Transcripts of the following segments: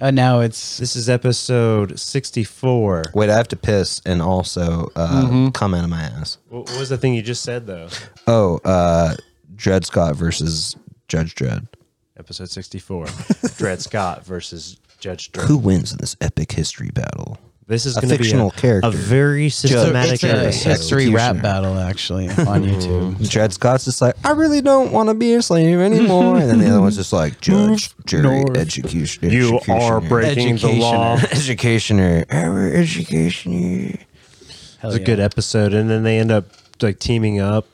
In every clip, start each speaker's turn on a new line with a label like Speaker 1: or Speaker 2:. Speaker 1: Uh, now it's
Speaker 2: This is episode 64.
Speaker 3: Wait, I have to piss and also uh,
Speaker 2: Mm-hmm.
Speaker 3: come out of my ass.
Speaker 2: Wh- What was the thing you just said, though?
Speaker 3: Oh, uh, Dred Scott versus Judge Dredd.
Speaker 2: Episode 64 Dred Scott versus Judge Dredd.
Speaker 3: Who wins in this epic history battle?
Speaker 2: This is
Speaker 3: A
Speaker 2: going to be a,
Speaker 3: fictional character.
Speaker 2: a very systematic
Speaker 1: it's a
Speaker 2: episode.
Speaker 1: history rap
Speaker 3: Executioner.
Speaker 1: battle actually on YouTube.
Speaker 3: Dred Scott's just like, I really don't want to be a slave anymore. And then the other one's just like, Judge, jury, execution.
Speaker 2: You are
Speaker 3: executioner.
Speaker 2: breaking the law.
Speaker 3: Educationer. Our educationer.
Speaker 2: It's a good episode, and then they end up like teaming up,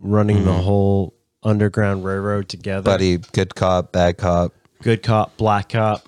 Speaker 2: running the whole underground railroad together.
Speaker 3: Mm-hmm. Buddy, good cop, bad cop.
Speaker 2: good cop, black cop.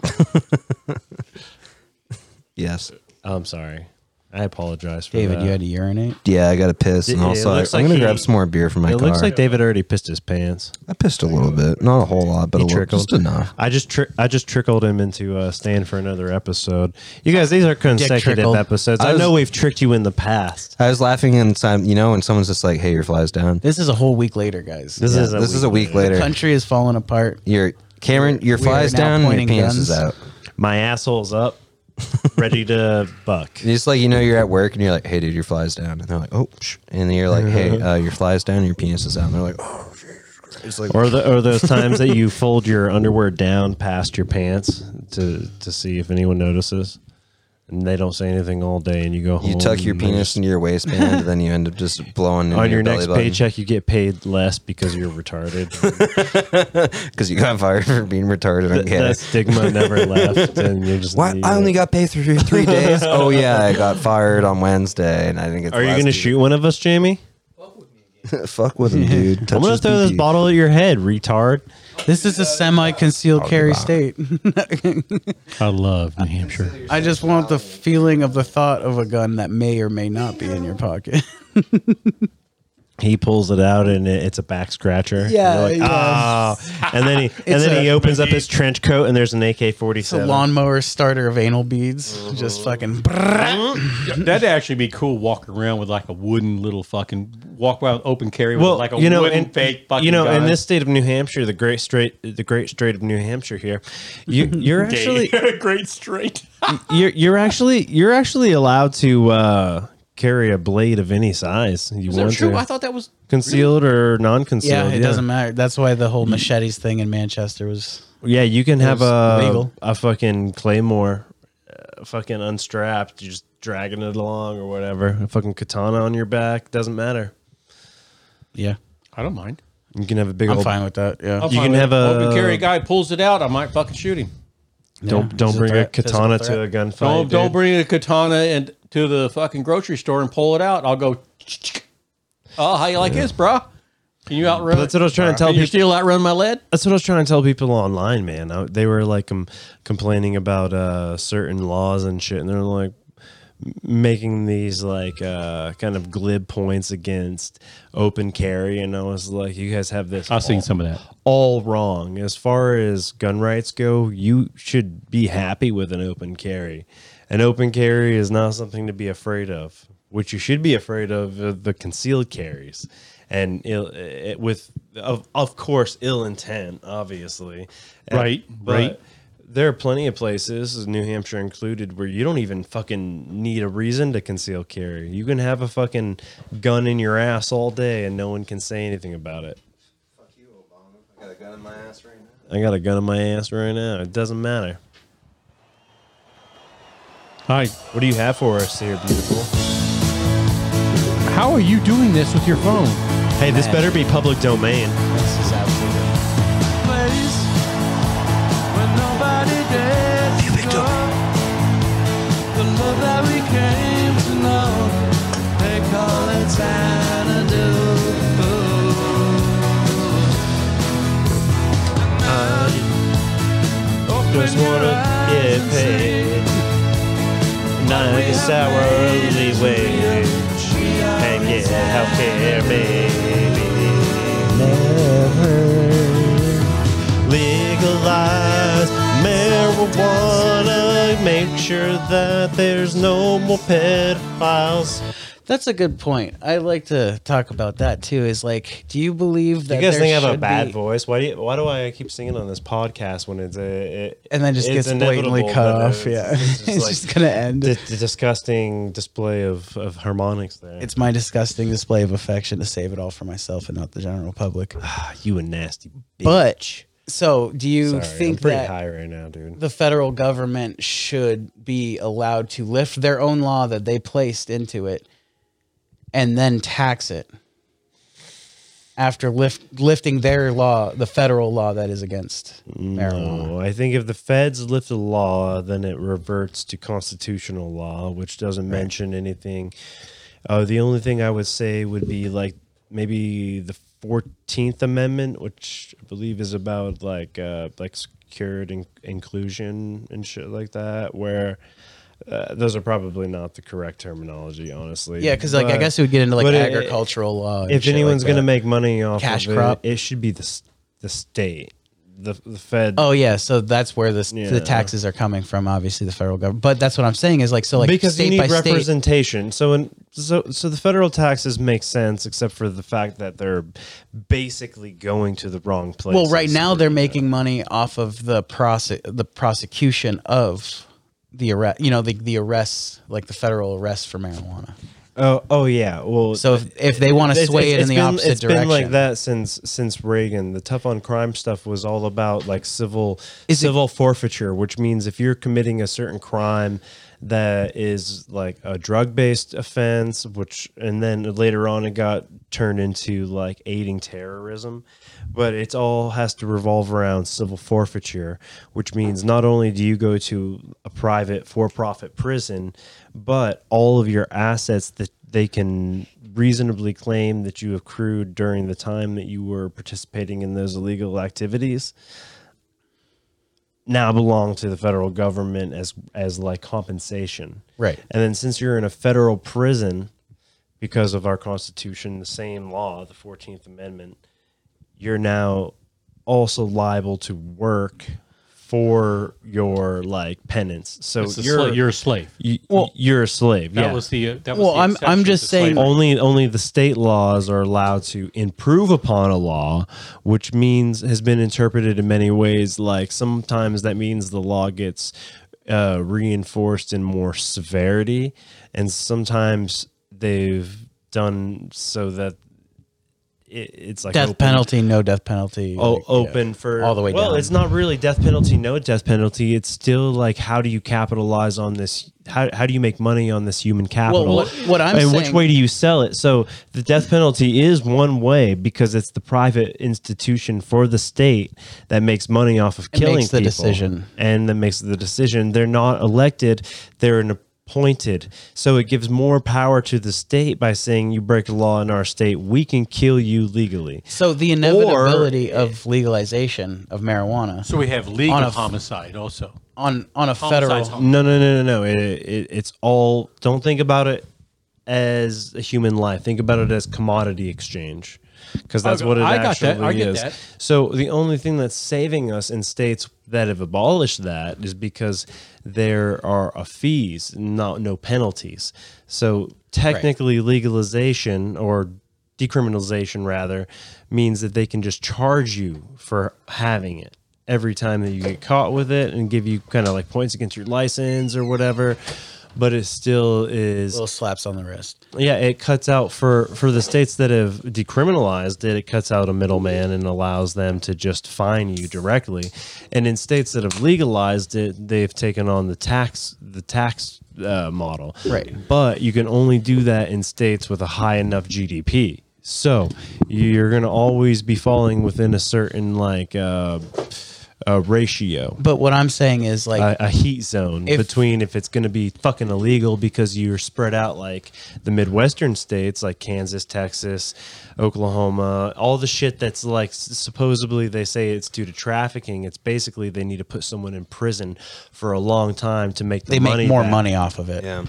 Speaker 3: Yes.
Speaker 2: I'm sorry, I apologize for
Speaker 1: David,
Speaker 2: that.
Speaker 1: you had to urinate.
Speaker 3: Yeah, I got to piss. And
Speaker 2: It- it
Speaker 3: also, I,
Speaker 2: looks
Speaker 3: I'm
Speaker 2: like
Speaker 3: going to
Speaker 2: he-
Speaker 3: grab some more beer for my
Speaker 2: it
Speaker 3: car.
Speaker 2: looks like David already pissed his pants.
Speaker 3: I pissed a little bit. Not a whole lot, but
Speaker 2: He
Speaker 3: a little,
Speaker 2: trickled.
Speaker 3: just enough.
Speaker 2: I just tri- I just trickled him into uh, staying for another episode. You guys, these are consecutive
Speaker 1: trickled.
Speaker 2: episodes.
Speaker 3: I
Speaker 2: I,
Speaker 3: was-
Speaker 2: know we've tricked you in the past.
Speaker 3: I was laughing and time, you know, and someone's just like, "Hey, your fly's down."
Speaker 1: This is a whole week later, guys.
Speaker 2: This
Speaker 3: Yeah,
Speaker 2: is a
Speaker 3: this
Speaker 2: week
Speaker 3: is a week later.
Speaker 1: Country is falling apart.
Speaker 3: Your Cameron, your
Speaker 1: We
Speaker 3: fly's
Speaker 1: are now
Speaker 3: down, and your
Speaker 1: pointing
Speaker 3: penis
Speaker 1: guns.
Speaker 3: is out.
Speaker 2: My asshole's up, ready to buck.
Speaker 3: And it's like you know you're at work and you're like, "Hey, dude, your fly's down," and they're like, "Oh," psh. and then you're like, "Hey, uh, your fly's down, and your penis is out," and they're like, "Oh." Jesus." It's like
Speaker 2: Or the or those times that you fold your underwear down past your pants to to see if anyone notices, and they don't say anything all day, and you go home.
Speaker 3: you tuck your
Speaker 2: and there's-
Speaker 3: penis into your waistband, and then you end up just blowing
Speaker 2: On your, next
Speaker 3: paycheck
Speaker 2: paycheck, you get paid less because you're retarded.
Speaker 3: because you got fired for being retarded on
Speaker 2: that
Speaker 3: campus.
Speaker 2: stigma never left, and you're just.
Speaker 3: What? I only got paid for three days. oh yeah, I got fired on Wednesday, and I didn't get. the
Speaker 2: Are you
Speaker 3: last
Speaker 2: gonna
Speaker 3: week.
Speaker 2: shoot one of us, Jamie?
Speaker 3: Fuck with him, dude. Touch
Speaker 2: I'm gonna
Speaker 3: his
Speaker 2: throw this
Speaker 3: pee-pee.
Speaker 2: bottle at your head, retard.
Speaker 1: This is a semi-concealed carry state.
Speaker 2: I love New Hampshire.
Speaker 1: I just want the feeling of the thought of a gun that may or may not be in your pocket.
Speaker 2: He pulls it out, and it, it's a back scratcher.
Speaker 1: Yeah,
Speaker 2: And you're like, "Ah." and then he and
Speaker 1: It's
Speaker 2: then
Speaker 1: a-
Speaker 2: he opens up his trench coat, and there's an AK-47.
Speaker 1: It's a lawnmower starter of anal beads. Just
Speaker 2: Uh-huh.
Speaker 1: fucking.
Speaker 4: That'd actually be cool walking around with like a wooden little fucking walk around with open carry with
Speaker 2: well,
Speaker 4: like a
Speaker 2: you know,
Speaker 4: wooden
Speaker 2: in,
Speaker 4: fake fucking
Speaker 2: you know, in
Speaker 4: gun.
Speaker 2: this state of New Hampshire, the great straight, the great strait of New Hampshire here, you, you're actually,
Speaker 4: great straight.
Speaker 2: you're, you're actually, you're actually allowed to uh, carry a blade of any size you
Speaker 4: Is
Speaker 2: want
Speaker 4: that true?
Speaker 2: to,
Speaker 4: I thought that was
Speaker 2: concealed or
Speaker 1: Yeah,
Speaker 2: non-concealed.
Speaker 1: it doesn't matter. That's why the
Speaker 2: Mm.
Speaker 1: whole machetes thing in Manchester was.
Speaker 2: Yeah, you can have
Speaker 1: was
Speaker 2: a
Speaker 1: legal.
Speaker 2: a fucking claymore, uh, fucking unstrapped, you're just dragging it along or whatever. A fucking katana on your back doesn't matter.
Speaker 1: Yeah,
Speaker 4: I don't mind.
Speaker 2: You can have a big
Speaker 1: I'm
Speaker 2: old.
Speaker 1: fine with that. Yeah,
Speaker 4: I'll
Speaker 2: You can
Speaker 4: find it.
Speaker 2: have a-
Speaker 4: open carry guy pulls it out. I might fucking shoot him.
Speaker 2: Don't
Speaker 1: Yeah,
Speaker 2: don't
Speaker 1: it's a
Speaker 2: bring a,
Speaker 1: threat, physical
Speaker 2: katana
Speaker 1: threat.
Speaker 2: to a gunfight.
Speaker 4: Don't don't
Speaker 2: dude.
Speaker 4: bring a katana and to the fucking grocery store and pull it out. I'll go. Oh, how you like this, bro? Can you outrun?
Speaker 2: That's what I was trying to tell
Speaker 4: Can you
Speaker 2: people.
Speaker 4: still outrun my lead?
Speaker 2: That's what I was trying to tell people online, man. I, they were like um, complaining about uh, certain laws and shit, and they're like m- making these like uh, kind of glib points against open carry. And I was like, you guys have this. all-
Speaker 4: some of that.
Speaker 2: all wrong as far as gun rights go. You should be happy with an open carry. An open carry is not something to be afraid of. What you should be afraid of are the concealed carries, and Ill, it, with of of course ill intent, obviously.
Speaker 4: Right,
Speaker 2: but
Speaker 4: right.
Speaker 2: There are plenty of places, New Hampshire included, where you don't even fucking need a reason to conceal carry. You can have a fucking gun in your ass all day, and no one can say anything about it. I got a gun in my ass right now. It doesn't matter.
Speaker 4: Hi.
Speaker 2: What do you have for us here, beautiful?
Speaker 4: How are you doing this with your phone?
Speaker 2: Hey, this better be public domain.
Speaker 1: this is absolutely.
Speaker 2: Just wanna get paid. Nice hourly wage. And get healthcare, baby. Never legalize marijuana. Make sure that there's no more pedophiles.
Speaker 1: That's a good point. I like to talk about that too. Is like, do you believe that
Speaker 2: You guys
Speaker 1: there
Speaker 2: think I have a
Speaker 1: should
Speaker 2: bad
Speaker 1: be-
Speaker 2: voice? Why do you, why do I keep singing on this podcast when it's a it,
Speaker 1: And then just gets
Speaker 2: it's
Speaker 1: blatantly
Speaker 2: inevitable,
Speaker 1: cut
Speaker 2: but
Speaker 1: off.
Speaker 2: it's-
Speaker 1: yeah,
Speaker 2: it's
Speaker 1: it's
Speaker 2: just, like
Speaker 1: just gonna end.
Speaker 2: the, the disgusting display of, of harmonics there.
Speaker 1: It's my disgusting display of affection to save it all for myself and not the general public.
Speaker 2: Ah, you a nasty bitch.
Speaker 1: But so, do you
Speaker 2: Sorry,
Speaker 1: think
Speaker 2: I'm pretty
Speaker 1: that
Speaker 2: high right now, dude.
Speaker 1: the federal government should be allowed to lift their own law that they placed into it and then tax it after lift, lifting their law, the federal law that is against
Speaker 2: Mm.
Speaker 1: marijuana?
Speaker 2: No, Oh, I think if the feds lift a law, then it reverts to constitutional law, which doesn't mention anything. Uh, the only thing I would say would be like maybe the Fourteenth Amendment, which I believe is about like uh, like secured in- inclusion and shit like that, where. Uh, those are probably not the correct terminology, honestly.
Speaker 1: Yeah, because like I
Speaker 2: But-
Speaker 1: guess it would get into like
Speaker 2: but it-
Speaker 1: agricultural law. and
Speaker 2: if
Speaker 1: shit like
Speaker 2: anyone's gonna
Speaker 1: that.
Speaker 2: make money off
Speaker 1: Cash
Speaker 2: of
Speaker 1: crop.
Speaker 2: it, it should be the s- the state, the the Fed.
Speaker 1: Oh yeah, so that's where this,
Speaker 2: Yeah.
Speaker 1: the taxes are coming from. Obviously, the federal government. But that's what I'm saying is like so like
Speaker 2: because
Speaker 1: state
Speaker 2: you
Speaker 1: by
Speaker 2: need
Speaker 1: state.
Speaker 2: representation. So in, so so the federal taxes make sense, except for the fact that they're basically going to the wrong place.
Speaker 1: Well, right now they're making money off of the prose- the prosecution of the arrest. You know the the arrests like the federal arrests for marijuana.
Speaker 2: Oh oh yeah. Well,
Speaker 1: So if, if they want to
Speaker 2: it's-
Speaker 1: sway
Speaker 2: it's-
Speaker 1: it in
Speaker 2: it's
Speaker 1: the
Speaker 2: been-
Speaker 1: opposite
Speaker 2: it's
Speaker 1: direction,
Speaker 2: been like that since since Reagan. The tough on crime stuff was all about like civil
Speaker 1: Is it-
Speaker 2: civil forfeiture, which means if you're committing a certain crime that is like a drug based offense, which and then later on it got turned into like aiding terrorism, but it's all has to revolve around civil forfeiture, which means not only do you go to a private for profit prison, but all of your assets that they can reasonably claim that you accrued during the time that you were participating in those illegal activities now belong to the federal government as as like compensation.
Speaker 1: Right.
Speaker 2: And then since you're in a federal prison because of our constitution, the same law, the 14th amendment, you're now also liable to work for your like penance. So
Speaker 4: It's a
Speaker 2: you're
Speaker 4: sla- you're a slave.
Speaker 2: you, you're a slave.
Speaker 4: That
Speaker 2: yeah.
Speaker 4: was the. uh, That was
Speaker 1: Well,
Speaker 4: the
Speaker 1: I'm- I'm
Speaker 4: exception
Speaker 1: just
Speaker 4: to
Speaker 1: saying-
Speaker 4: slavery.
Speaker 2: only only the state laws are allowed to improve upon a law, which means has been interpreted in many ways. Like sometimes that means the law gets uh, reinforced in more severity, and sometimes they've done so that it, it's like
Speaker 1: death
Speaker 2: open-
Speaker 1: penalty, no death penalty.
Speaker 2: Oh,
Speaker 1: like, yeah.
Speaker 2: open for
Speaker 1: all the way
Speaker 2: Well,
Speaker 1: down.
Speaker 2: it's not really death penalty, no death penalty. It's still like how do you capitalize on this? How, how do you make money on this human capital?
Speaker 1: what- what I'm
Speaker 2: and which
Speaker 1: saying-
Speaker 2: way do you sell it? So the death penalty is one way because it's the private institution for the state that makes money off of killing
Speaker 1: makes the
Speaker 2: people
Speaker 1: decision.
Speaker 2: and that makes the decision. They're not elected; they're an appointed. So it gives more power to the state by saying you break a law in our state, we can kill you legally.
Speaker 1: So the inevitability of legalization of marijuana
Speaker 4: So we have legal
Speaker 1: On a f-
Speaker 4: homicide also.
Speaker 1: on on a federal
Speaker 4: Homicide's
Speaker 2: No, no, no, no, no. It, it, it's all. Don't think about it as a human life. Think about it as commodity exchange, because that's
Speaker 4: Okay,
Speaker 2: what it
Speaker 4: I got
Speaker 2: actually
Speaker 4: that. I get
Speaker 2: is.
Speaker 4: that.
Speaker 2: So the only thing that's saving us in states that have abolished that is because there are a fees, not no penalties. So technically, legalization or decriminalization rather means that they can just charge you for having it every time that you get caught with it and give you kind of like points against your license or whatever but it still is
Speaker 1: little slaps on the wrist.
Speaker 2: yeah, it cuts out for for the states that have decriminalized it. It cuts out a middleman and allows them to just fine you directly. And in states that have legalized it, they've taken on the tax the tax uh, model.
Speaker 1: Right.
Speaker 2: But you can only do that in states with a high enough GDP. So you're gonna always be falling within a certain like uh, uh, ratio
Speaker 1: But what I'm saying is like
Speaker 2: a, a heat zone
Speaker 1: If-
Speaker 2: between if it's going to be fucking illegal because you're spread out like the midwestern states like Kansas, Texas, Oklahoma, all the shit that's like s- supposedly they say it's due to trafficking. It's basically they need to put someone in prison for a long time to make the
Speaker 1: they
Speaker 2: money
Speaker 1: make more
Speaker 2: back
Speaker 1: money off of it.
Speaker 3: Yeah.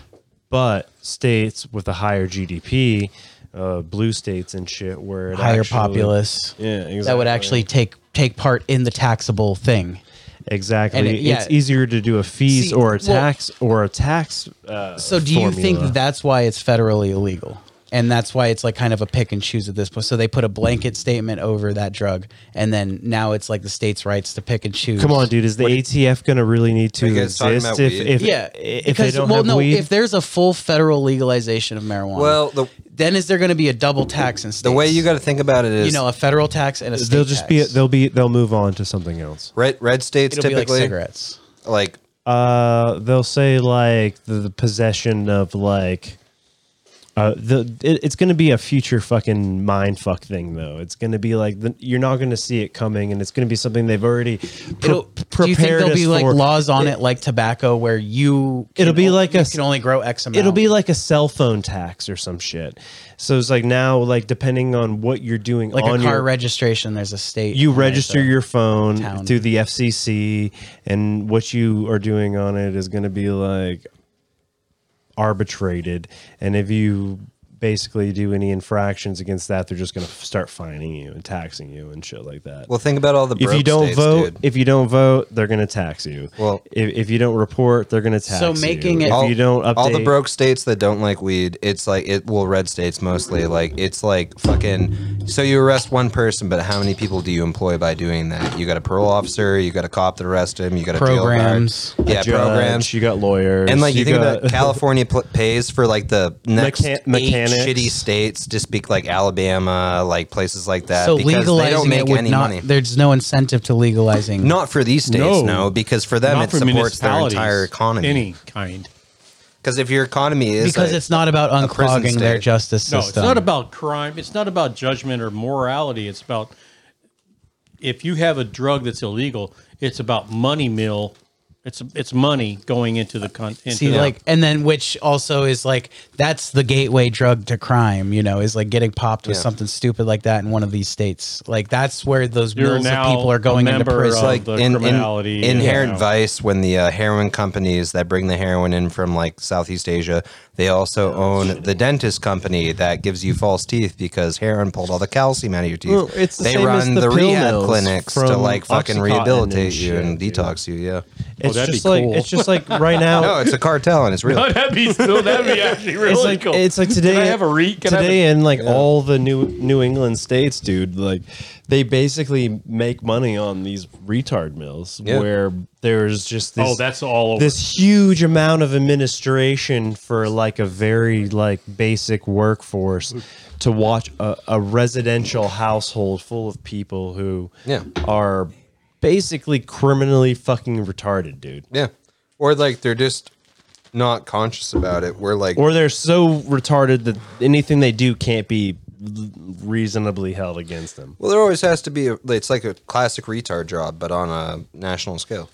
Speaker 2: but states with a higher GDP, uh, blue states and shit, where it
Speaker 1: Higher
Speaker 2: actually-
Speaker 1: populace
Speaker 2: yeah, exactly.
Speaker 1: that would actually take take part in the taxable thing.
Speaker 2: Exactly.
Speaker 1: And it- yeah.
Speaker 2: It's easier to do a fees
Speaker 1: See,
Speaker 2: or a
Speaker 1: well-
Speaker 2: tax or a tax. Uh,
Speaker 1: So do you think
Speaker 2: formula.
Speaker 1: that that's why it's federally illegal? And that's why it's like kind of a pick and choose at this point. So they put a blanket statement over that drug, and then now it's like the state's rights to pick and choose.
Speaker 2: Come on, dude! Is the ATF going to really need to
Speaker 3: Are you guys
Speaker 2: exist
Speaker 3: talking about
Speaker 2: if,
Speaker 3: weed?
Speaker 2: if
Speaker 1: Yeah,
Speaker 2: if they don't
Speaker 1: well,
Speaker 2: have
Speaker 1: no,
Speaker 2: weed?
Speaker 1: if there's a full federal legalization of marijuana,
Speaker 3: Well, the-
Speaker 1: then is there going to be a double tax in states?
Speaker 3: The way you got to think about it is
Speaker 1: you know, a federal tax and a state
Speaker 2: they'll just be
Speaker 1: tax.
Speaker 2: they'll be they'll move on to something else.
Speaker 3: red red states
Speaker 1: It'll be like
Speaker 3: typically
Speaker 1: cigarettes.
Speaker 3: like
Speaker 2: Uh, they'll say like the, the possession of like. Uh, the it, it's going to be a future fucking mind fuck thing though. It's going to be like the, you're not going to see it coming, and it's going to be something they've already pre-
Speaker 1: It'll, do you think
Speaker 2: prepared
Speaker 1: there'll
Speaker 2: us
Speaker 1: be like
Speaker 2: for.
Speaker 1: laws on it, like tobacco, where you
Speaker 2: It'll
Speaker 1: can
Speaker 2: be
Speaker 1: o-
Speaker 2: like
Speaker 1: you
Speaker 2: a-
Speaker 1: can only grow X amount?
Speaker 2: It'll be like a cell phone tax or some shit. So it's like now, like depending on what you're doing
Speaker 1: like
Speaker 2: on
Speaker 1: a car
Speaker 2: your,
Speaker 1: registration. There's a state.
Speaker 2: you
Speaker 1: and there's
Speaker 2: register
Speaker 1: a-
Speaker 2: your phone
Speaker 1: town.
Speaker 2: through the FCC, and what you are doing on it is going to be like arbitrated. And if you basically do any infractions against that, they're just going to start fining you and taxing you and shit like that.
Speaker 3: well think about all the
Speaker 2: if you
Speaker 3: broke
Speaker 2: don't
Speaker 3: states,
Speaker 2: vote,
Speaker 3: dude.
Speaker 2: if you don't vote, they're going to tax you.
Speaker 3: Well-
Speaker 2: if, if you don't report, they're going to tax
Speaker 1: So
Speaker 2: you.
Speaker 1: making it-
Speaker 2: if you don't update
Speaker 3: all the broke states that don't like weed, it's like it. Well, red states mostly. Like it's like fucking. So you arrest one person, but how many people do you employ by doing that? You got a parole officer. You got a cop that arrest him. You got a
Speaker 1: Programs.
Speaker 3: Jail guard, yeah,
Speaker 2: judge,
Speaker 3: programs.
Speaker 2: You got lawyers,
Speaker 3: And like you, think
Speaker 2: got-
Speaker 3: about California pl- pays for like the next
Speaker 2: Mechan-
Speaker 3: eight
Speaker 2: mechanics.
Speaker 3: shitty states, just be like Alabama, like places like that.
Speaker 1: so
Speaker 3: because
Speaker 1: legalizing
Speaker 3: they don't make
Speaker 1: it would
Speaker 3: any
Speaker 1: not.
Speaker 3: money.
Speaker 1: There's no incentive to legalizing.
Speaker 3: Not for these states,
Speaker 4: No.
Speaker 3: no, because for them it
Speaker 4: for
Speaker 3: supports their
Speaker 4: municipalities,
Speaker 3: entire economy.
Speaker 4: Any kind.
Speaker 3: Because if your economy is
Speaker 1: because
Speaker 3: like-
Speaker 1: it's not about
Speaker 3: prison
Speaker 1: unclogging their
Speaker 3: state.
Speaker 1: justice
Speaker 4: No,
Speaker 1: system.
Speaker 4: it's not about crime. It's not about judgment or morality. It's about if you have a drug that's illegal, it's about money mill. It's it's money going into the con. Into
Speaker 1: See,
Speaker 4: the-
Speaker 1: like, and then which also is like that's the gateway drug to crime. You know, is like getting popped with
Speaker 3: Yeah.
Speaker 1: something stupid like that in one of these states. Like that's where those
Speaker 4: You're
Speaker 1: millions of
Speaker 4: now
Speaker 1: people are
Speaker 4: a
Speaker 1: going into
Speaker 4: member
Speaker 1: prison.
Speaker 4: of- the criminality,
Speaker 3: inherent
Speaker 4: you know.
Speaker 3: vice when the uh, heroin companies that bring the heroin in from like Southeast Asia, they also own the dentist company that gives you false teeth because heroin pulled all the calcium out of your teeth.
Speaker 2: Well, it's the
Speaker 3: they
Speaker 2: same as
Speaker 3: run
Speaker 2: the
Speaker 3: the,
Speaker 2: pill
Speaker 3: rehab
Speaker 2: mills
Speaker 3: clinics to
Speaker 2: from
Speaker 3: like fucking
Speaker 2: OxyContin
Speaker 3: rehabilitate
Speaker 2: and
Speaker 3: you
Speaker 2: shit,
Speaker 3: and
Speaker 2: dude.
Speaker 3: detox you. Yeah.
Speaker 2: it's
Speaker 4: that'd
Speaker 2: just
Speaker 4: be
Speaker 2: like
Speaker 4: cool.
Speaker 2: it's just like right now.
Speaker 3: No, it's a cartel and it's real.
Speaker 4: Oh, that'd be no, that'd be actually really
Speaker 2: it's like
Speaker 4: cool.
Speaker 2: it's like today.
Speaker 4: Can I have a re? Can I have
Speaker 2: today
Speaker 4: a-
Speaker 2: in like all the new New England states, dude. Like they basically make money on these retard mills,
Speaker 3: Yeah.
Speaker 2: where there's just this,
Speaker 4: oh, that's all over.
Speaker 2: this huge amount of administration for like a very like basic workforce to watch a, a residential household full of people who
Speaker 3: Yeah.
Speaker 2: are basically criminally fucking retarded, dude.
Speaker 3: yeah. Or like they're just not conscious about it. We're like,
Speaker 2: or they're so retarded that anything they do can't be reasonably held against them.
Speaker 3: well, there always has to be a, it's like a classic retard job, but on a national scale.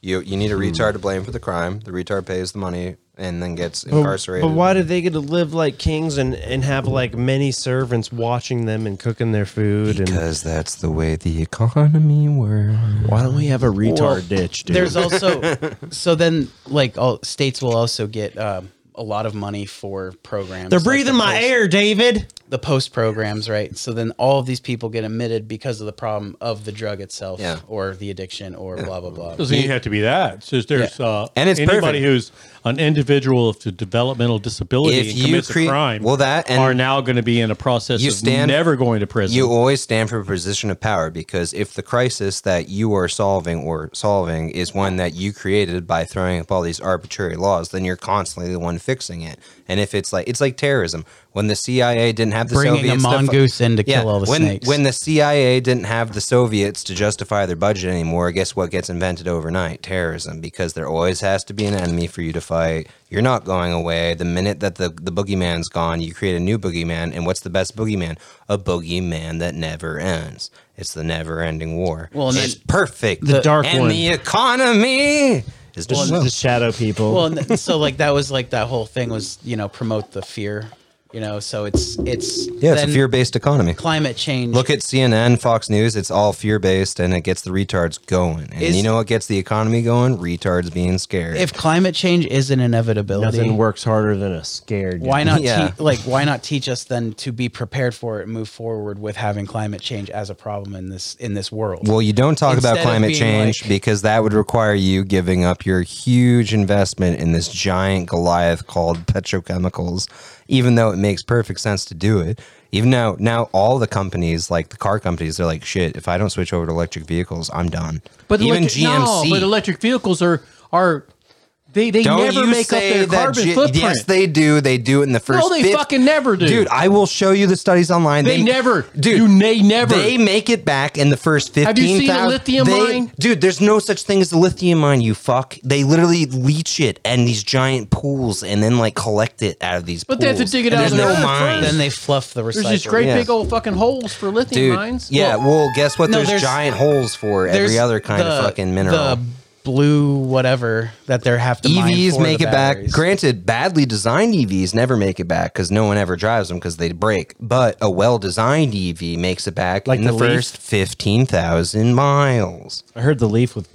Speaker 3: You, you
Speaker 1: Hmm.
Speaker 3: need a retard to blame for the crime. The retard pays the money and then gets incarcerated.
Speaker 2: But why do they get to live like kings and, and have like many servants watching them and cooking their food? and
Speaker 3: Because that's the way the economy works.
Speaker 2: why don't we have a retard ditch, dude?
Speaker 1: There's also so then like all states will also get um, a lot of money for programs.
Speaker 2: they're
Speaker 1: like
Speaker 2: breathing
Speaker 1: the
Speaker 2: my
Speaker 1: post-
Speaker 2: air, David.
Speaker 1: The post programs, right? So then all of these people get admitted because of the problem of the drug itself,
Speaker 3: Yeah.
Speaker 1: or the addiction, or blah blah blah.
Speaker 4: Doesn't even have to be that. It's just there's uh,
Speaker 3: And it's
Speaker 4: anybody
Speaker 3: perfect.
Speaker 4: who's an individual of the developmental disability
Speaker 3: If
Speaker 4: and
Speaker 3: you
Speaker 4: commits
Speaker 3: cre-
Speaker 4: a crime.
Speaker 3: well, that and-
Speaker 4: are now going to be in a process
Speaker 3: You
Speaker 4: of
Speaker 3: stand-
Speaker 4: never going to prison.
Speaker 3: You always stand for a position of power because if the crisis that you are solving or solving is one that you created by throwing up all these arbitrary laws, then you're constantly the one fixing it. And if it's like it's like terrorism, when the CIA didn't have the
Speaker 1: Bringing a
Speaker 3: Soviets to fu-
Speaker 1: mongoose in to kill all the
Speaker 3: when,
Speaker 1: snakes.
Speaker 3: When the CIA didn't have the Soviets to justify their budget anymore, guess what gets invented overnight? Terrorism, because there always has to be an enemy for you to fight. You're not going away. The minute that the, the boogeyman's gone, you create a new boogeyman. And what's the best boogeyman? A boogeyman that never ends. It's the never ending war.
Speaker 1: Well, and
Speaker 3: it's
Speaker 1: then-
Speaker 3: perfect.
Speaker 2: The dark
Speaker 3: and
Speaker 2: one.
Speaker 3: the economy is just
Speaker 2: the shadow people.
Speaker 1: Well, and th- so like that was like that whole thing was you know promote the fear You know, so it's it's
Speaker 3: Yeah, it's
Speaker 1: then
Speaker 3: a fear based economy.
Speaker 1: climate change.
Speaker 3: Look at CNN, Fox News. It's all fear based, and it gets the retards going. And
Speaker 1: Is-
Speaker 3: you know what gets the economy going? Retards being scared.
Speaker 1: if climate change is an inevitability,
Speaker 2: Nothing works harder than a scared.
Speaker 1: why not
Speaker 3: Yeah.
Speaker 1: te- like why not teach us then to be prepared for it and move forward with having climate change as a problem in this in this world
Speaker 3: Well, you don't talk
Speaker 1: Instead
Speaker 3: about
Speaker 1: of
Speaker 3: climate
Speaker 1: being
Speaker 3: change
Speaker 1: like-
Speaker 3: because that would require you giving up your huge investment in this giant Goliath called petrochemicals, even though it makes perfect sense to do it. Even now, now all the companies, like the car companies, they're like, shit, if I don't switch over to electric vehicles, I'm done.
Speaker 4: But
Speaker 3: even
Speaker 4: electric, No, but electric vehicles are are they they
Speaker 3: don't
Speaker 4: never
Speaker 3: you
Speaker 4: make up
Speaker 3: say
Speaker 4: their
Speaker 3: that
Speaker 4: carbon
Speaker 3: G-
Speaker 4: footprint.
Speaker 3: Yes, they do. They do it in the first.
Speaker 4: they
Speaker 3: fif-
Speaker 4: fucking never do.
Speaker 3: Dude, I will show you the studies online.
Speaker 4: They never- you- they never-
Speaker 3: They make it back in the first fifteen.
Speaker 4: Have you seen a lithium mine?
Speaker 3: Dude, there's no such thing as a lithium mine. You fuck. They literally leach it in these giant pools and then like collect it out of these.
Speaker 4: But they have to
Speaker 3: pools.
Speaker 4: dig it
Speaker 3: And
Speaker 4: out of
Speaker 3: There's
Speaker 4: the
Speaker 3: no
Speaker 4: earth
Speaker 3: mine.
Speaker 4: first.
Speaker 1: then they fluff the
Speaker 4: There's
Speaker 1: recycling
Speaker 4: these great
Speaker 3: yeah.
Speaker 4: big old fucking holes for lithium
Speaker 3: Dude,
Speaker 4: mines.
Speaker 3: yeah.
Speaker 4: Well,
Speaker 3: Well, guess what?
Speaker 1: No,
Speaker 3: There's,
Speaker 1: there's-
Speaker 3: giant holes for
Speaker 1: There's
Speaker 3: every other kind of
Speaker 1: the-
Speaker 3: fucking mineral.
Speaker 1: the blue whatever that they have to mine
Speaker 3: EVs
Speaker 1: for
Speaker 3: E make
Speaker 1: the
Speaker 3: it back.
Speaker 1: batteries.
Speaker 3: Granted, badly designed EVs never make it back because no one ever drives them because they break. But a well designed EV makes it back
Speaker 2: Like
Speaker 3: in the,
Speaker 2: the Leaf?
Speaker 3: first 15,000 miles.
Speaker 2: I heard the leaf with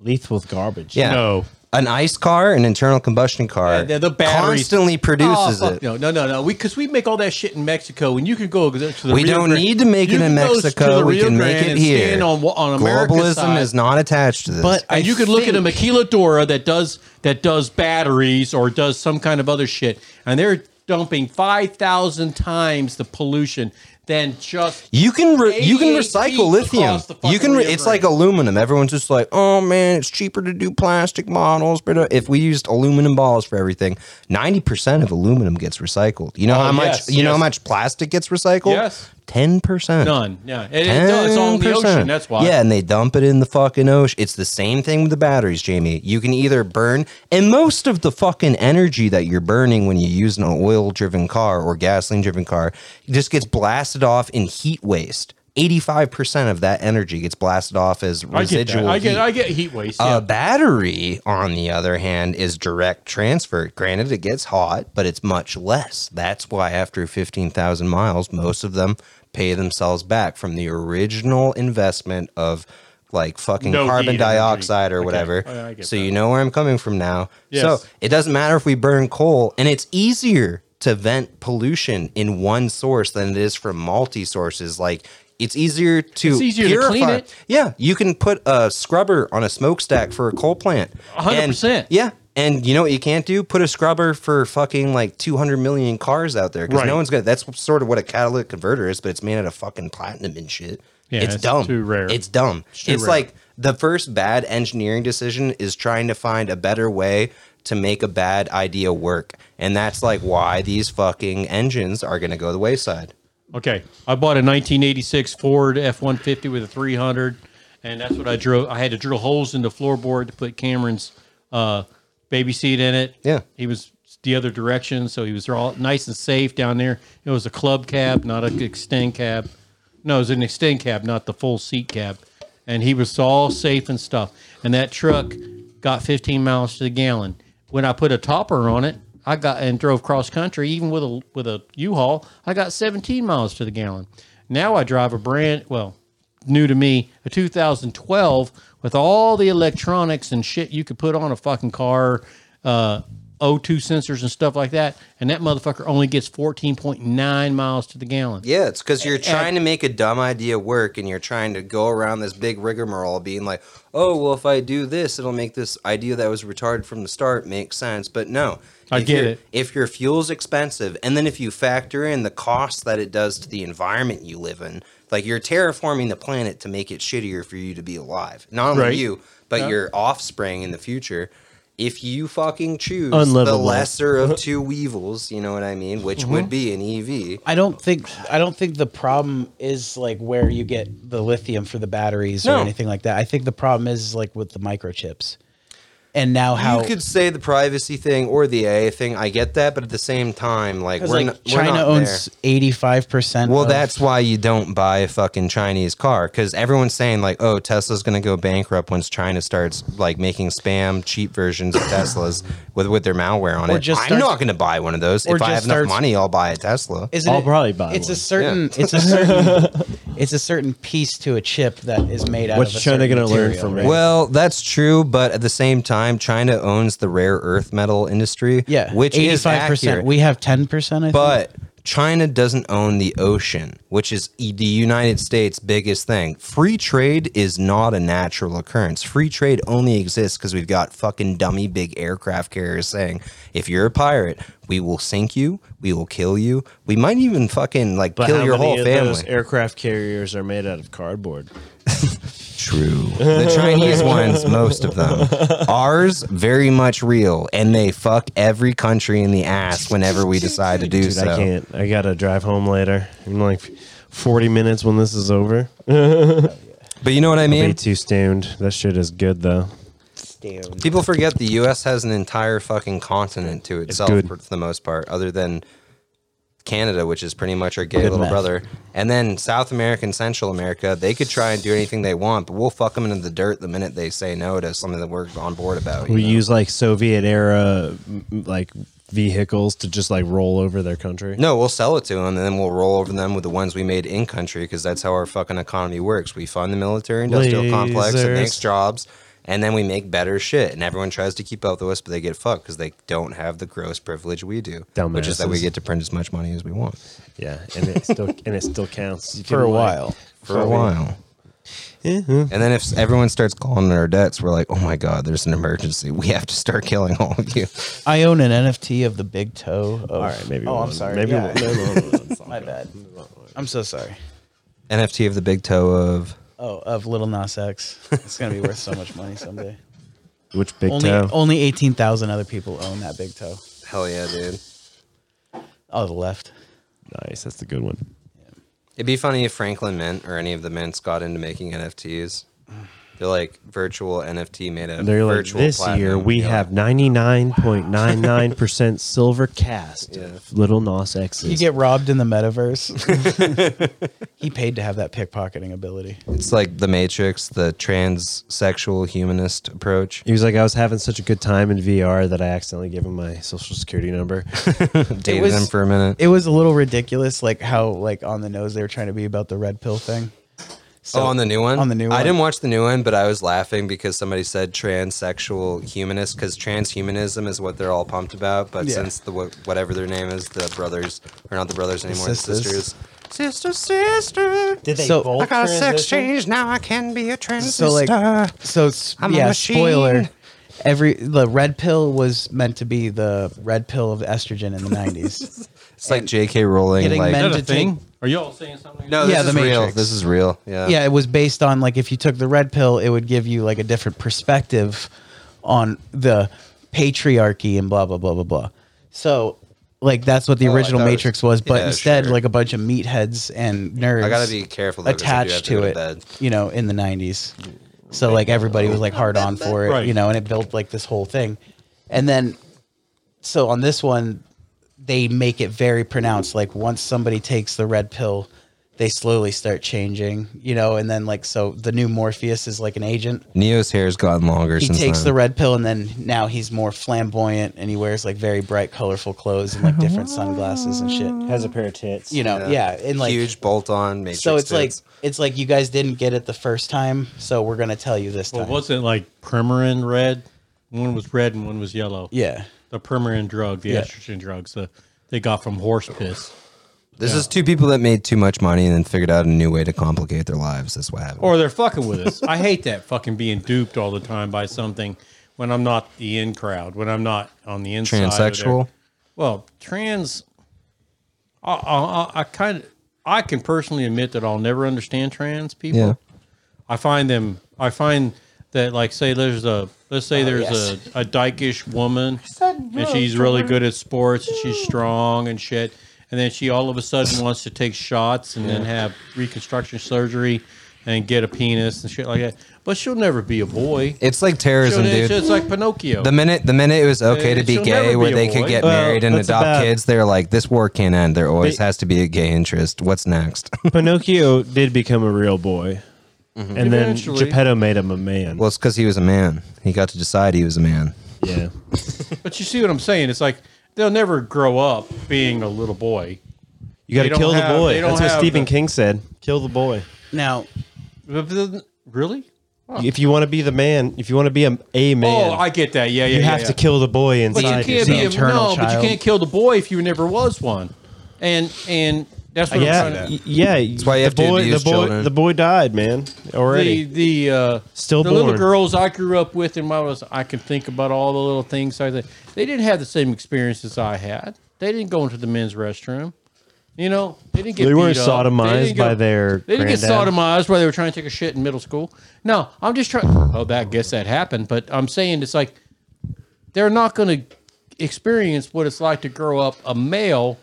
Speaker 2: leaf with garbage.
Speaker 3: Yeah.
Speaker 4: No.
Speaker 3: An ICE car, an internal combustion car,
Speaker 4: Yeah, the- the batteries-
Speaker 3: constantly
Speaker 4: Oh,
Speaker 3: produces
Speaker 4: fuck
Speaker 3: it.
Speaker 4: No, no, no, no. Because we, make all that shit in Mexico, and you can go to the
Speaker 3: We
Speaker 4: Rio
Speaker 3: don't
Speaker 4: Grande-
Speaker 3: need to make
Speaker 4: you
Speaker 3: it in
Speaker 4: can go to
Speaker 3: Mexico.
Speaker 4: the
Speaker 3: We
Speaker 4: Rio
Speaker 3: can make
Speaker 4: Grande
Speaker 3: it
Speaker 4: and
Speaker 3: here.
Speaker 4: stand On, wa- on America's
Speaker 3: Globalism
Speaker 4: side.
Speaker 3: is not attached to this.
Speaker 1: But I
Speaker 4: and you could look at a
Speaker 1: think-
Speaker 4: maquiladora that does that does batteries or does some kind of other shit, and they're dumping five thousand times the pollution than just.
Speaker 3: You can re- you can
Speaker 4: 88 feet
Speaker 3: recycle lithium.
Speaker 4: across the fucking
Speaker 3: You can. Re-
Speaker 4: Rio
Speaker 3: it's like
Speaker 4: Grande.
Speaker 3: aluminum. Everyone's just like, oh man, it's cheaper to do plastic models. But uh, if we used aluminum balls for everything, ninety percent of aluminum gets recycled. You know how
Speaker 4: Uh, yes,
Speaker 3: much? You know how
Speaker 4: yes.
Speaker 3: much plastic gets recycled?
Speaker 4: Yes.
Speaker 3: ten percent.
Speaker 4: None. Yeah, it, it, no, it's all in the ocean. That's why.
Speaker 3: Yeah, and they dump it in the fucking ocean. It's the same thing with the batteries, Jamie. You can either burn, and most of the fucking energy that you're burning when you use an oil driven car or gasoline driven car just gets blasted off in heat waste. 85% of that energy gets blasted off as
Speaker 4: I get that.
Speaker 3: residual.
Speaker 4: I get.
Speaker 3: heat. Uh,
Speaker 4: I get heat waste.
Speaker 3: A
Speaker 4: Yeah.
Speaker 3: battery, on the other hand, is direct transfer. Granted, it gets hot, but it's much less. That's why after 15,000 miles, most of them pay themselves back from the original investment of like fucking
Speaker 4: No heat
Speaker 3: carbon
Speaker 4: energy.
Speaker 3: dioxide or
Speaker 4: Okay.
Speaker 3: whatever.
Speaker 4: Oh, yeah, I get
Speaker 3: so
Speaker 4: that.
Speaker 3: you know where I'm coming from now.
Speaker 4: Yes.
Speaker 3: So it doesn't matter if we burn coal, and it's easier to vent pollution in one source than it is from multi sources. Like, it's easier to
Speaker 4: It's easier to clean
Speaker 3: purify-
Speaker 4: it.
Speaker 3: yeah, you can put a scrubber on a smokestack for a coal plant.
Speaker 4: A hundred
Speaker 3: And-
Speaker 4: percent.
Speaker 3: Yeah, and you know what you can't do? Put a scrubber for fucking like 200 million cars out there because
Speaker 4: Right.
Speaker 3: no one's gonna. That's sort of what a catalytic converter is, but it's made out of fucking platinum and shit.
Speaker 4: Yeah,
Speaker 3: it's,
Speaker 4: it's
Speaker 3: dumb.
Speaker 4: too rare.
Speaker 3: It's dumb. It's,
Speaker 4: too rare.
Speaker 3: like the first bad engineering decision is trying to find a better way to make a bad idea work, and that's like why these fucking engines are gonna go the wayside.
Speaker 4: Okay, I bought a 1986 Ford F-150 with a 300, and that's what I drove. I had to drill holes in the floorboard to put Cameron's uh, baby seat in it.
Speaker 3: Yeah.
Speaker 4: he was the other direction, so he was all nice and safe down there. It was a club cab, not an extend cab. No, it was an extend cab, not the full seat cab, and he was all safe and stuff. And that truck got 15 miles to the gallon. When I put a topper on it, I got and drove cross country, even with a with a U-Haul, I got 17 miles to the gallon. Now I drive a brand well, new to me, a 2012 with all the electronics and shit you could put on a fucking car, uh, O2 sensors and stuff like that, and that motherfucker only gets 14.9 miles to the gallon.
Speaker 3: Yeah, it's because you're trying to make a dumb idea work and you're trying to go around this big rigmarole being like, oh, well, if I do this, it'll make this idea that was retarded from the start make sense. But no.
Speaker 4: I
Speaker 3: If
Speaker 4: get
Speaker 3: your-
Speaker 4: it.
Speaker 3: If your fuel's expensive, and then if you factor in the cost that it does to the environment you live in, like you're terraforming the planet to make it shittier for you to be alive. Not only
Speaker 4: Right.
Speaker 3: you, but your offspring in the future. If you fucking choose the
Speaker 2: Unlivable.
Speaker 3: lesser of two evils, you know what I mean, which
Speaker 4: Mm-hmm.
Speaker 3: would be an E EV.
Speaker 1: I don't think I don't think the problem is like where you get the lithium for the batteries or
Speaker 3: No.
Speaker 1: anything like that. I think the problem is like with the microchips. and now how
Speaker 3: you could say the privacy thing or the AA thing. I get that, but at the same time, like we're
Speaker 1: 'cause, like,
Speaker 3: not, we're
Speaker 1: China
Speaker 3: not
Speaker 1: owns
Speaker 3: there.
Speaker 1: eighty five percent.
Speaker 3: Well, that's why you don't buy a fucking Chinese car because everyone's saying like, "Oh, Tesla's gonna go bankrupt once China starts like making spam cheap versions of Teslas with with their malware on
Speaker 1: Or
Speaker 3: it."
Speaker 1: just
Speaker 3: I'm
Speaker 1: starts-
Speaker 3: not gonna buy one of those.
Speaker 1: or
Speaker 3: If I
Speaker 1: just
Speaker 3: have enough
Speaker 1: starts-
Speaker 3: money, I'll buy a Tesla.
Speaker 1: isn't
Speaker 2: I'll
Speaker 1: it-
Speaker 2: probably buy
Speaker 1: It's a
Speaker 2: one.
Speaker 1: certain. It's a certain. it's a certain piece to a chip that is made out.
Speaker 2: What's
Speaker 1: of a
Speaker 2: China
Speaker 1: certain
Speaker 2: gonna learn
Speaker 1: material,
Speaker 2: from
Speaker 1: right?
Speaker 2: it?
Speaker 3: Well, that's true, but at the same time, China owns the rare earth metal industry.
Speaker 1: Yeah,
Speaker 3: which is accurate.
Speaker 1: We have ten percent.
Speaker 3: But China doesn't own the ocean, which is e- the United States' biggest thing. Free trade is not a natural occurrence. Free trade only exists because we've got fucking dummy big aircraft carriers saying, if you're a pirate, we will sink you, we will kill you, we might even fucking like
Speaker 2: But
Speaker 3: kill
Speaker 2: how
Speaker 3: your
Speaker 2: many
Speaker 3: whole
Speaker 2: of
Speaker 3: family.
Speaker 2: Those aircraft carriers are made out of cardboard.
Speaker 3: True. The Chinese ones, most of them. Ours, very much real, and they fuck every country in the ass whenever we decide to do
Speaker 2: Dude,
Speaker 3: so.
Speaker 2: I can't. I gotta drive home later in like 40 minutes when this is over.
Speaker 3: But you know what I
Speaker 2: Be
Speaker 3: mean?
Speaker 2: too stoned. That shit is good though.
Speaker 3: People forget the U.S. has an entire fucking continent to itself
Speaker 2: good.
Speaker 3: for the most part, other than Canada, which is pretty much our gay little
Speaker 1: math.
Speaker 3: brother, and then South America and Central America. They could try and do anything they want, but we'll fuck them into the dirt the minute they say no to something that we're on board about. you
Speaker 2: We
Speaker 3: know?
Speaker 2: use like Soviet era m- like vehicles to just like roll over their country.
Speaker 3: No, we'll sell it to them, and then we'll roll over them with the ones we made in country because that's how our fucking economy works. We fund the military industrial complex, it
Speaker 2: Lasers.
Speaker 3: makes jobs, and then we make better shit. And everyone tries to keep up with us, but they get fucked because they don't have the gross privilege we do, which is that we
Speaker 2: Dumbasses.
Speaker 3: get to print as much money as we want
Speaker 2: Yeah, and it still and it still counts
Speaker 1: for a while.
Speaker 3: for a while. And then if everyone starts calling our debts, we're like, oh my god, there's an emergency. We have to start killing all of you.
Speaker 1: I own an NFT of the big toe. Of,
Speaker 2: All right, maybe.
Speaker 1: Oh,
Speaker 2: we'll-
Speaker 1: I'm sorry.
Speaker 2: Maybe
Speaker 1: Yeah.
Speaker 2: we'll- no, no, no, no, it's all
Speaker 1: My
Speaker 2: good.
Speaker 1: bad. I'm so sorry.
Speaker 3: NFT of the big toe of
Speaker 1: Oh, of Little Nas X. It's gonna be worth so much money someday.
Speaker 2: Which big
Speaker 1: only
Speaker 2: toe?
Speaker 1: only eighteen thousand other people own that big toe.
Speaker 3: hell yeah, dude.
Speaker 1: Oh, the left.
Speaker 2: Nice. That's the good one.
Speaker 3: It'd be funny if Franklin Mint or any of the mints got into making NFTs. They're like virtual NFT made out of
Speaker 2: They're like
Speaker 3: virtual
Speaker 2: this year
Speaker 3: platinum."
Speaker 2: we
Speaker 3: Yeah.
Speaker 2: have ninety nine point nine nine percent silver cast
Speaker 3: Yeah.
Speaker 2: of little Nos X's.
Speaker 1: You get robbed in the metaverse. he paid to have that pickpocketing ability.
Speaker 3: It's like the Matrix, the transsexual humanist approach.
Speaker 2: he was like, I was having such a good time in VR that I accidentally gave him my social security number.
Speaker 3: Dated
Speaker 1: was-
Speaker 3: him for a minute.
Speaker 1: It was a little ridiculous, like how like on the nose they were trying to be about the red pill thing. So
Speaker 3: oh, on the new one?
Speaker 1: On the new
Speaker 3: I
Speaker 1: one.
Speaker 3: didn't watch the new one, but I was laughing because somebody said transsexual humanist because transhumanism is what they're all pumped about. But
Speaker 1: Yeah.
Speaker 3: since the wha- whatever their name is, the brothers, or not the brothers anymore, the
Speaker 1: sisters.
Speaker 3: sisters. Sister, sister.
Speaker 2: Did
Speaker 1: they So- both
Speaker 3: I got a sex change. Now I can be a transistor.
Speaker 1: so like so s-
Speaker 3: I'm a
Speaker 1: yeah
Speaker 3: machine.
Speaker 1: spoiler every the red pill was meant to be the red pill of estrogen in the 90es
Speaker 3: It's like J.K. Rowling.
Speaker 1: Getting
Speaker 3: Like,
Speaker 1: men- And
Speaker 4: Is that a
Speaker 1: to take-
Speaker 4: thing? Are you all saying something?
Speaker 3: no, this
Speaker 1: Yeah,
Speaker 3: is
Speaker 1: the
Speaker 3: real.
Speaker 1: Matrix.
Speaker 3: This is real. Yeah.
Speaker 1: yeah it was based on like if you took the red pill it would give you like a different perspective on the patriarchy and blah blah blah blah blah so like that's what the
Speaker 3: Oh, I
Speaker 1: original
Speaker 3: thought it was-
Speaker 1: matrix was but
Speaker 3: Yeah,
Speaker 1: instead
Speaker 3: sure.
Speaker 1: like a bunch of meatheads and nerds
Speaker 3: I gotta be careful. Though, 'cause I do have
Speaker 1: attached
Speaker 3: go
Speaker 1: to it
Speaker 3: bed.
Speaker 1: you know in the 90s so like everybody was like hard on for it
Speaker 4: Right.
Speaker 1: you know and it built like this whole thing and then so on this one they make it very pronounced like once somebody takes the red pill they slowly start changing you know and then like so the new morpheus is like an agent
Speaker 3: Neo's hair's gotten longer
Speaker 1: he
Speaker 3: since
Speaker 1: takes
Speaker 3: then.
Speaker 1: the red pill and then now he's more flamboyant and he wears like very bright colorful clothes and like different sunglasses and shit
Speaker 2: Has a pair of tits.
Speaker 1: you know yeah, and like
Speaker 3: huge bolt on matrix.
Speaker 1: so it's like
Speaker 3: tits.
Speaker 1: it's like you guys didn't get it the first time so we're gonna tell you this
Speaker 4: Well,
Speaker 1: time
Speaker 4: wasn't it like Permarin red? One was red and one was yellow.
Speaker 1: yeah
Speaker 4: The Permarin drug, the
Speaker 1: Yeah.
Speaker 4: estrogen drugs, the they got from horse piss.
Speaker 3: this is two people that made too much money and then figured out a new way to complicate their lives. That's what happened.
Speaker 4: Or they're fucking with us. I hate that fucking being duped all the time by something when I'm not the in crowd, when I'm not on the inside. of their-
Speaker 3: Transsexual?
Speaker 4: Well, trans. I, I, I kind of I can personally admit that I'll never understand trans people.
Speaker 3: Yeah.
Speaker 4: I find them. I find that like say there's a let's
Speaker 2: Oh,
Speaker 4: say there's
Speaker 1: yes.
Speaker 4: a a dykish woman and she's really good at sports and she's strong and shit. And then she all of a sudden wants to take shots and then have reconstruction surgery and get a penis and shit like that. But she'll never be a boy.
Speaker 3: It's like
Speaker 4: She'll,
Speaker 3: terrorism,
Speaker 4: it's
Speaker 3: dude.
Speaker 4: just like Pinocchio.
Speaker 3: The minute the minute it was okay
Speaker 4: Uh,
Speaker 3: to be
Speaker 4: she'll never
Speaker 3: gay,
Speaker 4: be
Speaker 3: where
Speaker 4: a
Speaker 3: they could
Speaker 4: boy.
Speaker 3: get
Speaker 2: Well,
Speaker 3: married and
Speaker 2: that's
Speaker 3: adopt
Speaker 2: about-
Speaker 3: kids, they're like, this war can't end. There always
Speaker 2: But-
Speaker 3: has to be a gay interest. What's next?
Speaker 2: Pinocchio did become a real boy, and then
Speaker 4: Eventually.
Speaker 2: Geppetto made him a man.
Speaker 3: Mm-hmm. well, it's because he was a man. He got to decide he was a man.
Speaker 2: yeah,
Speaker 4: but you see what I'm saying? It's like they'll never grow up being a little boy.
Speaker 2: you got to
Speaker 4: don't
Speaker 2: kill
Speaker 4: have-
Speaker 2: the boy.
Speaker 4: they don't
Speaker 2: That's what
Speaker 4: have
Speaker 2: Stephen
Speaker 4: the-
Speaker 2: King said. Kill the boy.
Speaker 1: Now,
Speaker 4: But then- Really?
Speaker 2: If you want to be the man, if you want to be a, a man,
Speaker 4: Oh, I get that. Yeah, yeah.
Speaker 2: you
Speaker 4: yeah,
Speaker 2: have
Speaker 4: yeah.
Speaker 2: to kill the boy
Speaker 4: But you
Speaker 2: inside.
Speaker 4: can't
Speaker 1: the
Speaker 4: be a,
Speaker 1: eternal
Speaker 4: no, but
Speaker 1: child.
Speaker 4: you can't kill the boy if you never was one. And and that's what I'm
Speaker 2: yeah,
Speaker 4: trying to.
Speaker 2: y- yeah. That's
Speaker 3: why you have
Speaker 2: the
Speaker 3: to
Speaker 2: boy,
Speaker 3: abuse
Speaker 2: the boy,
Speaker 3: children.
Speaker 2: the boy died, man. Already,
Speaker 4: The the uh,
Speaker 2: Stillborn.
Speaker 4: the little girls I grew up with, and my was I can think about all the little things I did. They didn't have the same experiences I had. They didn't go into the men's restroom. You know, they didn't get.
Speaker 2: They weren't
Speaker 4: beat up.
Speaker 2: sodomized
Speaker 4: didn't get-
Speaker 2: by their
Speaker 4: They didn't get
Speaker 2: granddad.
Speaker 4: sodomized while they were trying to take a shit in middle school. No, I'm just trying. Oh, that I guess that happened, but I'm saying it's like they're not going to experience what it's like to grow up a male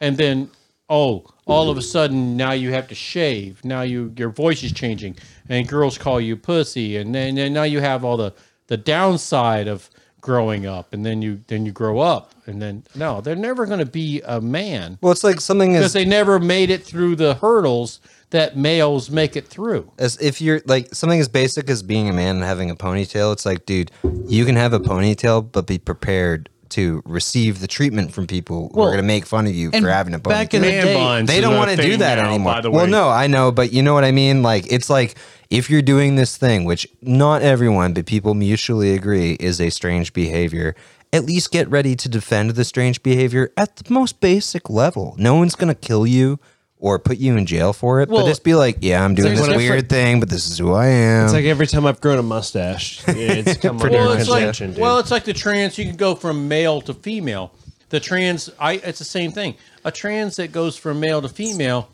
Speaker 4: and then oh all of a sudden now you have to shave now you your voice is changing and girls call you pussy and then and now you have all the the downside of growing up and then you then you grow up and then no they're never going to be a man
Speaker 3: Well, it's like something
Speaker 4: because
Speaker 3: is
Speaker 4: they never made it through the hurdles that males make it through
Speaker 3: as if you're like something as basic as being a man and having a ponytail. It's like, dude, you can have a ponytail, but be prepared to receive the treatment from people who are
Speaker 1: Well,
Speaker 3: going to make fun of you
Speaker 1: and
Speaker 3: for having a ponytail.
Speaker 1: back in the day,
Speaker 3: they don't want to do that anymore.
Speaker 2: By the
Speaker 3: Well,
Speaker 2: way.
Speaker 3: no, I know, but you know what I mean. Like it's like if you're doing this thing, which not everyone, but people mutually agree is a strange behavior. At least get ready to defend the strange behavior at the most basic level. No one's gonna kill you or put you in jail for it.
Speaker 1: Well,
Speaker 3: but just be like, yeah, I'm doing
Speaker 1: there's
Speaker 3: this
Speaker 1: different-
Speaker 3: weird thing, but this is who I am.
Speaker 2: It's like every time I've grown a mustache, it's come under
Speaker 4: well, it's like,
Speaker 2: contention, dude.
Speaker 4: well, it's like the trans. You can go from male to female. The trans, I it's the same thing. A trans that goes from male to female,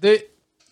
Speaker 4: they,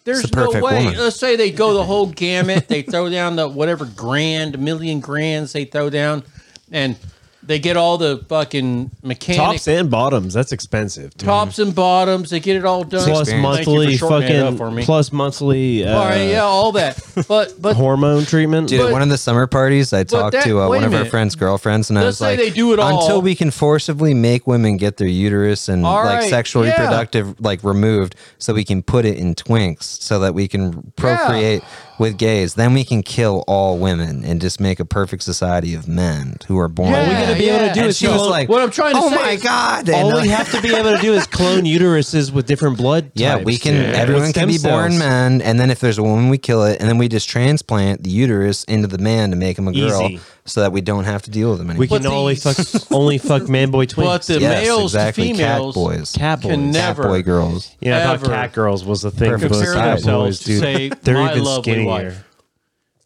Speaker 4: there's
Speaker 3: It's the
Speaker 4: no
Speaker 3: perfect
Speaker 4: way.
Speaker 3: woman.
Speaker 4: Let's say they go the whole gamut. They throw down the whatever grand, million grands they throw down, and they get all the fucking mechanics,
Speaker 2: tops and bottoms. That's expensive. dude.
Speaker 4: tops and bottoms. They get it all done.
Speaker 2: plus
Speaker 4: Thank you for
Speaker 2: monthly
Speaker 4: shortening it up
Speaker 2: fucking
Speaker 4: for me.
Speaker 2: plus monthly uh,
Speaker 4: all right, yeah, all that. But but
Speaker 2: hormone treatment.
Speaker 3: Dude, at
Speaker 4: But-
Speaker 3: one of the summer parties, I talked
Speaker 4: that-
Speaker 3: to uh,
Speaker 4: wait
Speaker 3: one
Speaker 4: a
Speaker 3: of our
Speaker 4: minute.
Speaker 3: friends' girlfriends, and I
Speaker 4: Let's
Speaker 3: was
Speaker 4: say
Speaker 3: like,
Speaker 4: they do it all-
Speaker 3: until we can forcibly make women get their uterus and
Speaker 4: All
Speaker 3: like
Speaker 4: right,
Speaker 3: sexual
Speaker 4: yeah.
Speaker 3: reproductive like removed, so we can put it in twinks, so that we can procreate with gays. Then we can kill all women and just make a perfect society of men who are born.
Speaker 4: Yeah,
Speaker 2: we're gonna be able to do
Speaker 4: yeah.
Speaker 3: And
Speaker 2: is
Speaker 3: she was
Speaker 2: clone-
Speaker 3: like,
Speaker 4: What I'm trying to
Speaker 3: oh
Speaker 4: say
Speaker 3: my
Speaker 4: is-
Speaker 3: god! And,
Speaker 2: all
Speaker 3: uh,
Speaker 2: we have to be able to do is clone uteruses with different blood.
Speaker 3: Yeah,
Speaker 2: types,
Speaker 3: we can.
Speaker 2: dude.
Speaker 3: Everyone
Speaker 2: With stem
Speaker 3: can be born
Speaker 2: cells.
Speaker 3: men, and then if there's a woman, we kill it, and then we just transplant the uterus into the man to make him a girl,
Speaker 2: Easy.
Speaker 3: so that we don't have to deal with him anymore.
Speaker 2: We can
Speaker 4: But
Speaker 2: only
Speaker 4: the-
Speaker 2: fuck only fuck man boy twins.
Speaker 4: but the
Speaker 3: Yes,
Speaker 4: males
Speaker 3: exactly.
Speaker 4: to
Speaker 3: Cat
Speaker 4: females
Speaker 3: boys.
Speaker 1: Cat boys.
Speaker 4: can
Speaker 1: Cat
Speaker 4: never
Speaker 3: boy girls.
Speaker 2: yeah, I thought
Speaker 4: ever
Speaker 2: cat girls was the thing for
Speaker 3: Perfect.
Speaker 2: those
Speaker 4: compare
Speaker 3: Side
Speaker 2: cat boys,
Speaker 4: themselves to
Speaker 2: dude.
Speaker 4: say
Speaker 2: They're
Speaker 4: my
Speaker 2: even
Speaker 4: lovely
Speaker 2: skinnier.
Speaker 4: wife.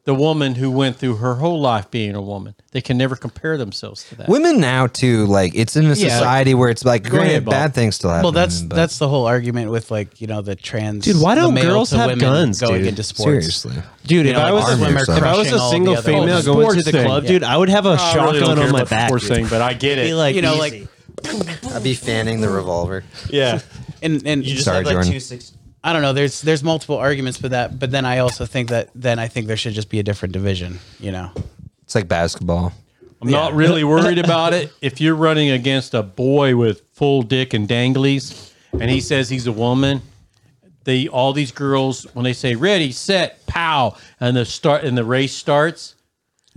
Speaker 4: The woman who went through her whole life being a woman. They can never compare themselves to that.
Speaker 3: Women now too, like it's in a society where it's like, granted,
Speaker 2: ahead, Bob.
Speaker 3: bad things still happen.
Speaker 1: well, that's
Speaker 3: but
Speaker 1: that's the whole argument with like you know the trans
Speaker 2: Dude, why
Speaker 1: the
Speaker 2: don't
Speaker 1: male
Speaker 2: girls
Speaker 1: to
Speaker 2: have
Speaker 1: women
Speaker 2: guns,
Speaker 1: going
Speaker 2: dude?
Speaker 1: into sports?
Speaker 3: seriously.
Speaker 2: Dude,
Speaker 1: You
Speaker 2: if
Speaker 1: know,
Speaker 2: I
Speaker 1: like
Speaker 2: was
Speaker 1: arm
Speaker 2: a,
Speaker 1: yourself.
Speaker 2: if I was a
Speaker 1: crushing all the
Speaker 2: single
Speaker 1: other
Speaker 2: female
Speaker 1: ones.
Speaker 2: going to
Speaker 4: Sports
Speaker 2: the
Speaker 4: thing.
Speaker 2: club, dude, I would have a shotgun on my back. dude.
Speaker 4: but I get
Speaker 2: Be like,
Speaker 1: You know,
Speaker 2: easy.
Speaker 1: like
Speaker 3: I'd be fanning the revolver.
Speaker 2: yeah,
Speaker 1: and and
Speaker 3: just Sorry, have, like, Jordan. two
Speaker 1: I don't know. There's there's multiple arguments for that, but then I also think that then I think there should just be a different division. You know,
Speaker 3: It's like basketball.
Speaker 4: I'm not really worried about it. If you're running against a boy with full dick and danglies, and he says he's a woman, they all these girls when they say ready, set, pow, and the start and the race starts.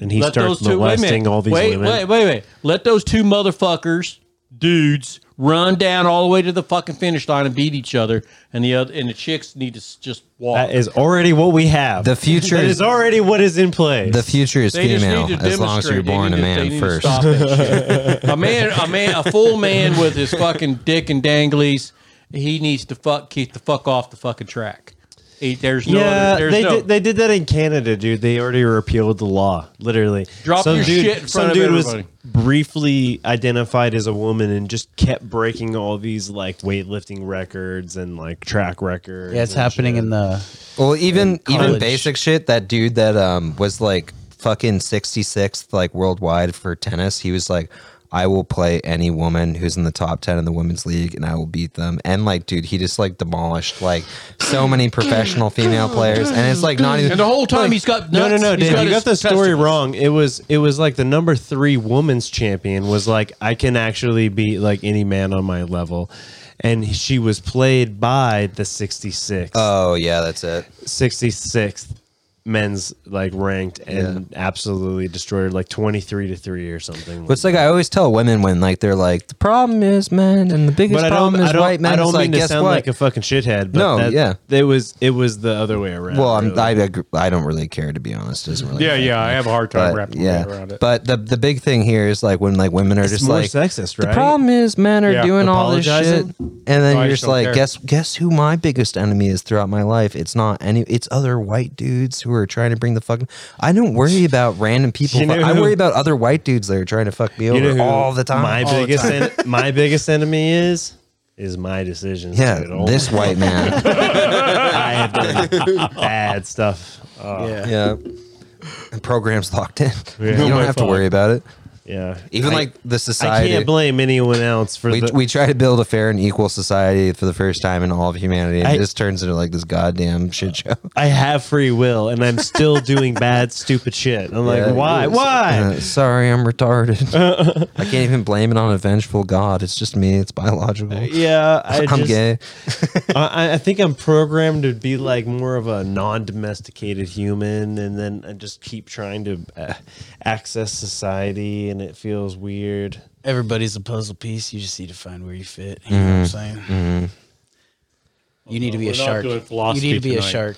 Speaker 2: and he starts molesting all these
Speaker 4: wait,
Speaker 2: women.
Speaker 4: Wait, wait, wait. Let those two motherfuckers, dudes, run down all the way to the fucking finish line and beat each other, and the other and the chicks need to s- just walk.
Speaker 2: That is already what we have.
Speaker 3: The future
Speaker 2: that
Speaker 3: is
Speaker 2: is already what is in play.
Speaker 3: the future is
Speaker 4: they just
Speaker 3: female
Speaker 4: need to
Speaker 3: as long as
Speaker 4: demonstrate.
Speaker 3: you're
Speaker 4: They
Speaker 3: born
Speaker 4: need
Speaker 3: a
Speaker 4: to- they
Speaker 3: man
Speaker 4: need to
Speaker 3: first.
Speaker 4: stop that shit. a man, a man, a full man with his fucking dick and danglies, he needs to fuck keep the fuck off the fucking track. He, there's no,
Speaker 2: yeah,
Speaker 4: other, there's
Speaker 2: they
Speaker 4: no.
Speaker 2: did, they did that in Canada, dude. They already repealed the law, literally.
Speaker 4: Drop your shit in front
Speaker 2: some
Speaker 4: of
Speaker 2: dude
Speaker 4: everybody.
Speaker 2: was briefly identified as a woman and just kept breaking all these like weightlifting records and like track records.
Speaker 1: yeah, it's
Speaker 2: and
Speaker 1: happening
Speaker 2: shit.
Speaker 1: in the
Speaker 3: Well, even even
Speaker 1: college.
Speaker 3: basic shit. That dude that um was like fucking sixty sixth like worldwide for tennis. He was like, I will play any woman who's in the top 10 in the women's league and I will beat them. And like, dude, he just like demolished like so many professional female players. And it's like not even.
Speaker 4: And the whole time he's got
Speaker 2: No, no,
Speaker 4: nuts,
Speaker 2: no,
Speaker 4: he's
Speaker 2: Dave. You
Speaker 4: his
Speaker 2: got the story
Speaker 4: testicles.
Speaker 2: wrong. It was, it was like the number three women's champion was like, I can actually beat like any man on my level, and she was played by the 66th,
Speaker 3: Oh, yeah, that's it.
Speaker 2: 66th men's like ranked and absolutely destroyed her, like 23 to three or something.
Speaker 3: But it's like I always tell women when like they're like the problem is men and the biggest
Speaker 2: but I
Speaker 3: problem
Speaker 2: don't,
Speaker 3: is
Speaker 2: I don't,
Speaker 3: white men.
Speaker 2: I don't
Speaker 3: It's like,
Speaker 2: mean to
Speaker 3: guess
Speaker 2: sound
Speaker 3: what?
Speaker 2: like a fucking shithead. But
Speaker 3: No,
Speaker 2: that-
Speaker 3: yeah.
Speaker 2: it was, it was the other way around.
Speaker 3: well, I'm,
Speaker 2: really.
Speaker 3: I agree- I don't really care to be honest. It doesn't really
Speaker 4: Yeah,
Speaker 3: affect
Speaker 4: yeah,
Speaker 3: me.
Speaker 4: I have a hard time
Speaker 3: But,
Speaker 4: wrapping my head
Speaker 3: yeah,
Speaker 4: around it.
Speaker 3: but the the big thing here is like when like women are
Speaker 2: It's
Speaker 3: just
Speaker 2: more
Speaker 3: like
Speaker 2: sexist,
Speaker 3: The
Speaker 2: right?
Speaker 3: problem is men are
Speaker 4: Yeah.
Speaker 3: doing all this shit,
Speaker 2: Apologizing?
Speaker 3: and then
Speaker 4: No, I
Speaker 3: you're
Speaker 4: just
Speaker 3: just
Speaker 4: don't
Speaker 3: like,
Speaker 4: care.
Speaker 3: guess guess who my biggest enemy is throughout my life? It's not any, it's other white dudes who are trying to bring the fucking. I don't worry about random people.
Speaker 2: You know
Speaker 3: I
Speaker 2: who-
Speaker 3: worry about other white dudes that are trying to fuck me over
Speaker 2: who
Speaker 3: all the time. Oh,
Speaker 2: My
Speaker 4: All the
Speaker 2: biggest, en- my biggest enemy is is my decisions.
Speaker 3: yeah,
Speaker 2: dude. Oh,
Speaker 3: this white man.
Speaker 2: I have done bad stuff. Uh,
Speaker 4: Yeah.
Speaker 3: Yeah. The program's locked in. You
Speaker 2: No,
Speaker 3: don't
Speaker 2: my
Speaker 3: have to
Speaker 2: fault.
Speaker 3: worry about it.
Speaker 2: yeah.
Speaker 3: Even
Speaker 2: I,
Speaker 3: like the
Speaker 2: I
Speaker 3: society.
Speaker 2: can't blame anyone else for
Speaker 3: we,
Speaker 2: the.
Speaker 3: we try to build a fair and equal society for the first time in all of humanity, and
Speaker 2: I-
Speaker 3: it just turns into like this goddamn shit show.
Speaker 2: I have free will, and I'm still doing bad, stupid shit. I'm like,
Speaker 3: Yeah,
Speaker 2: why?
Speaker 3: it is.
Speaker 2: Why?
Speaker 3: Uh, sorry, I'm retarded. I can't even blame it on a vengeful God. It's just me. It's
Speaker 1: Uh,
Speaker 3: biological.
Speaker 2: yeah, I
Speaker 3: I'm
Speaker 2: just,
Speaker 3: gay.
Speaker 2: I, I think I'm programmed to be like more of a non-domesticated human, and then I just keep trying to uh, access society, and it feels weird.
Speaker 1: Everybody's a puzzle piece. You just need to find where you fit. You know what I'm saying? You need to be
Speaker 4: We're
Speaker 1: a
Speaker 4: not
Speaker 1: shark.
Speaker 4: doing
Speaker 1: You
Speaker 4: philosophy
Speaker 1: need to be a
Speaker 4: tonight.
Speaker 1: shark.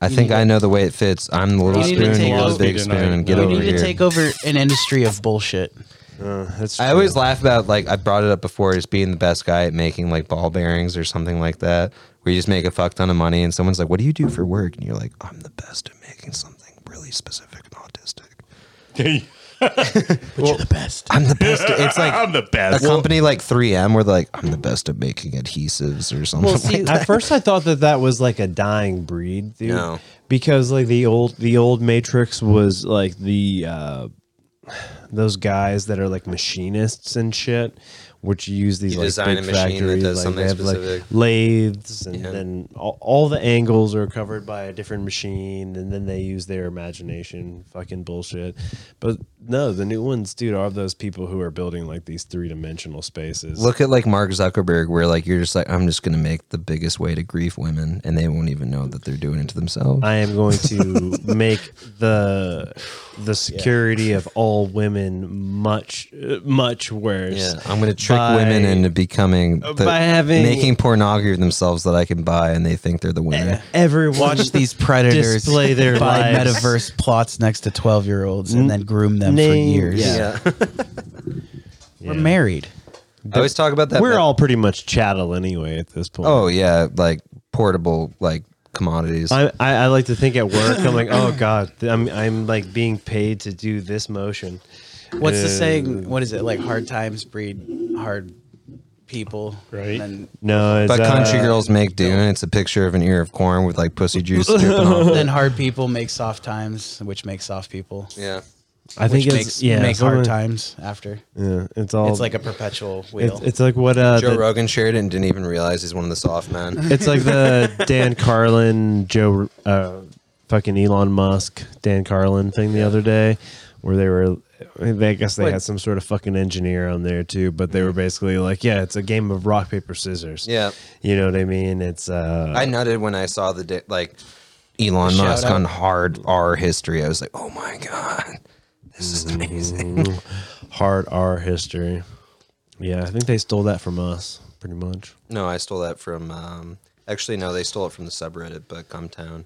Speaker 3: I think I know the way it fits. I'm the little
Speaker 1: You need to
Speaker 3: spoon,
Speaker 1: take
Speaker 3: you're the
Speaker 1: over-
Speaker 3: big spoon, and get
Speaker 4: We
Speaker 1: We
Speaker 3: over
Speaker 1: need
Speaker 3: here.
Speaker 1: to take over an industry of bullshit.
Speaker 2: Uh, that's
Speaker 3: I
Speaker 2: true.
Speaker 3: always laugh about like I brought it up before, just being the best guy at making like ball bearings or something like that, where you just make a fuck ton of money, and someone's like, "What do you do for work?" And you're like, "I'm the best at making something really specific and autistic."
Speaker 1: But you're the best.
Speaker 3: I'm the best. At, it's like
Speaker 5: I'm the
Speaker 3: a
Speaker 5: best.
Speaker 3: company like 3M where they're like, "I'm the best at making adhesives" or something. like that.
Speaker 2: At first, I thought that that was like a dying breed, dude.
Speaker 3: No.
Speaker 2: Because like the old the old Matrix was like the uh, those guys that are like machinists and shit, which use these
Speaker 3: You
Speaker 2: like big
Speaker 3: design a machine that
Speaker 2: factories,
Speaker 3: does
Speaker 2: like,
Speaker 3: something
Speaker 2: they have, like,
Speaker 3: specific.
Speaker 2: lathes, and
Speaker 3: Yeah.
Speaker 2: then all, all the angles are covered by a different machine, and then they use their imagination. Fucking bullshit. But no, the new ones, dude, are those people who are building like these three dimensional spaces.
Speaker 3: Look at like Mark Zuckerberg, where like you're just like, "I'm just gonna make the biggest way to grief women," and they won't even know that they're doing it to themselves.
Speaker 2: I am going to make the the security of all women much uh, much worse.
Speaker 3: Yeah, I'm going to trick women
Speaker 2: by- uh,
Speaker 3: into becoming the,
Speaker 2: by having-
Speaker 3: making pornography of themselves that I can buy, and they think they're the
Speaker 2: Eh,
Speaker 3: winner.
Speaker 2: Everyone
Speaker 1: Watch these predators
Speaker 2: Display their
Speaker 1: buy
Speaker 2: lives.
Speaker 1: metaverse plots next to 12 year olds and then groom them for
Speaker 2: Name-
Speaker 1: years.
Speaker 2: Yeah.
Speaker 1: We're married.
Speaker 3: I always talk about that.
Speaker 2: We're all pretty much chattel anyway at this point.
Speaker 3: oh yeah, like portable like commodities.
Speaker 2: I, I, I like to think at work I'm like oh god th- I'm I'm like being paid to do this motion.
Speaker 1: What's the
Speaker 2: Uh,
Speaker 1: saying? What is it? Like hard times breed hard people.
Speaker 4: Right.
Speaker 1: And
Speaker 2: No, it's,
Speaker 3: but country
Speaker 2: uh,
Speaker 3: girls make do, and it's a picture of an ear of corn with like pussy juice dripping
Speaker 1: then,
Speaker 3: off.
Speaker 1: then hard people make soft times, which make soft people.
Speaker 3: Yeah,
Speaker 2: I think
Speaker 1: which
Speaker 2: it's
Speaker 1: makes,
Speaker 2: yeah,
Speaker 1: make
Speaker 2: something-
Speaker 1: hard times after.
Speaker 2: Yeah, it's all
Speaker 1: It's like a perpetual wheel.
Speaker 2: it's, it's like what uh,
Speaker 3: Joe
Speaker 2: the-
Speaker 3: Rogan shared it and didn't even realize he's one of the soft men.
Speaker 2: It's like the Dan Carlin, Joe, uh, fucking Elon Musk, Dan Carlin thing the other day, where they were. I guess they
Speaker 1: What?
Speaker 2: had some sort of fucking engineer on there too, but they were basically like, "Yeah, it's a game of rock paper scissors."
Speaker 3: Mm. Yeah.
Speaker 2: you know what I mean. It's uh,
Speaker 3: I nutted when I saw the di- like Elon
Speaker 1: Shout
Speaker 3: Musk
Speaker 1: out.
Speaker 3: on hard R history. I was like, oh my god, this is amazing.
Speaker 2: hard R history. Yeah, I think they stole that from us pretty much.
Speaker 3: No, I stole that from. Um, actually, no, they stole it from the subreddit, but Gumtown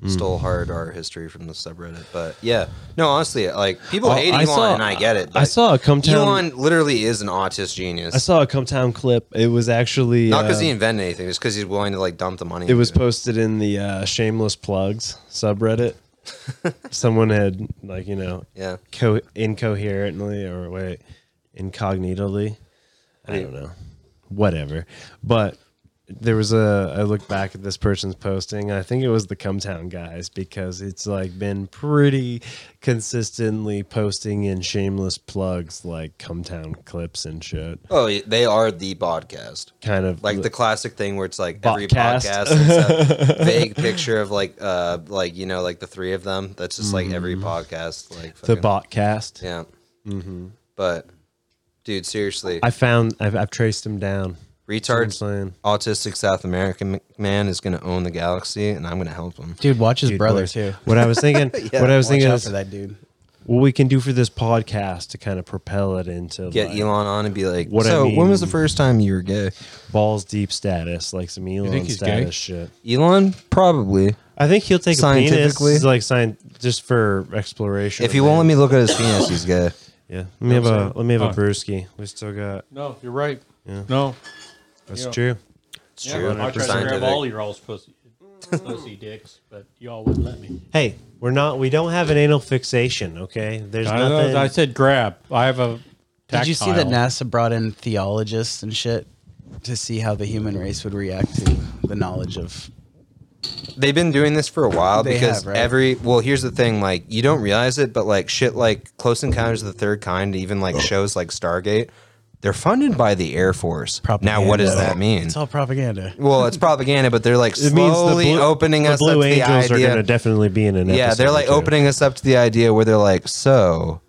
Speaker 2: Hmm.
Speaker 3: stole hard art history from the subreddit. But yeah, no, honestly, like people
Speaker 2: Oh,
Speaker 3: hate
Speaker 2: I
Speaker 3: Elon,
Speaker 2: saw-
Speaker 3: and I get it.
Speaker 2: I
Speaker 3: but
Speaker 2: saw a Gumtown-
Speaker 3: Elon literally is an autist genius.
Speaker 2: I saw a come town clip. It was actually
Speaker 3: Not because
Speaker 2: uh,
Speaker 3: he invented anything, just because he's willing to like dump the money.
Speaker 2: It was
Speaker 3: into
Speaker 2: posted in the uh, shameless plugs subreddit. Someone had like you know
Speaker 3: Yeah.
Speaker 2: co- incoherently or wait incognitally. I don't know, whatever. But there was a I look back at this person's posting. I think it was the Cumtown guys because it's like been pretty consistently posting in shameless plugs like Cumtown clips and shit.
Speaker 3: Oh, yeah, they are the podcast.
Speaker 2: Kind of
Speaker 3: Like the classic thing where it's like every
Speaker 2: Botcast.
Speaker 3: podcast is a vague picture of like uh like you know like the three of them. That's just like every podcast like
Speaker 2: Hmm. the
Speaker 3: fucking-
Speaker 2: botcast.
Speaker 3: Yeah. Mm-hmm. But dude, seriously,
Speaker 2: I found I've, I've traced him down.
Speaker 3: retard
Speaker 2: saying.
Speaker 3: autistic South American m- man is gonna own the galaxy, and I'm gonna help him.
Speaker 1: Dude, watch his
Speaker 2: Dude,
Speaker 1: brother
Speaker 2: boys.
Speaker 1: too.
Speaker 2: What I was thinking, what I was
Speaker 1: Watch
Speaker 2: thinking
Speaker 1: out
Speaker 2: is
Speaker 1: for that dude.
Speaker 2: what we can do for this podcast to kind of propel it into
Speaker 3: Get
Speaker 2: like,
Speaker 3: Elon on and be like,
Speaker 2: What I
Speaker 3: "So, when was the
Speaker 2: mean-
Speaker 3: first time you were gay?"
Speaker 2: balls deep status, like some Elon
Speaker 4: he's
Speaker 2: status
Speaker 4: gay?
Speaker 2: shit.
Speaker 3: Elon, probably.
Speaker 2: I think he'll take a
Speaker 3: Scientifically?
Speaker 2: penis, like sign just for exploration.
Speaker 3: If you won't let me look at his penis, he's gay.
Speaker 2: yeah. Let me have a let me have a
Speaker 4: Alright.
Speaker 2: brewski. We still got
Speaker 4: No, you're right. No.
Speaker 2: that's
Speaker 4: Yeah.
Speaker 2: true.
Speaker 3: It's
Speaker 4: Yeah, I tried to grab all your all's pussy, pussy dicks, but y'all wouldn't let me.
Speaker 2: Hey, we're not we don't have an anal fixation. Okay, there's
Speaker 4: I,
Speaker 2: nothing.
Speaker 4: I said grab. I have a. Tactile.
Speaker 1: Did you see that NASA brought in theologists and shit to see how the human race would react to the knowledge of?
Speaker 3: They've been doing this for a while
Speaker 1: They
Speaker 3: because
Speaker 1: have, right?
Speaker 3: every well, here's the thing: like you don't realize it, but like shit, like Close Encounters of the Third Kind, even like shows like Stargate, they're funded by the Air Force. Now, what does
Speaker 1: propaganda.
Speaker 3: that mean?
Speaker 1: It's all propaganda.
Speaker 3: well, it's propaganda, but they're like
Speaker 2: it means the
Speaker 3: slowly
Speaker 2: blue,
Speaker 3: opening
Speaker 2: the
Speaker 3: us
Speaker 2: Blue
Speaker 3: up to the
Speaker 2: Angels are
Speaker 3: idea.
Speaker 2: going to definitely be in an.
Speaker 3: yeah, they're
Speaker 2: episode
Speaker 3: like
Speaker 2: or two.
Speaker 3: opening us up to the idea where they're like, so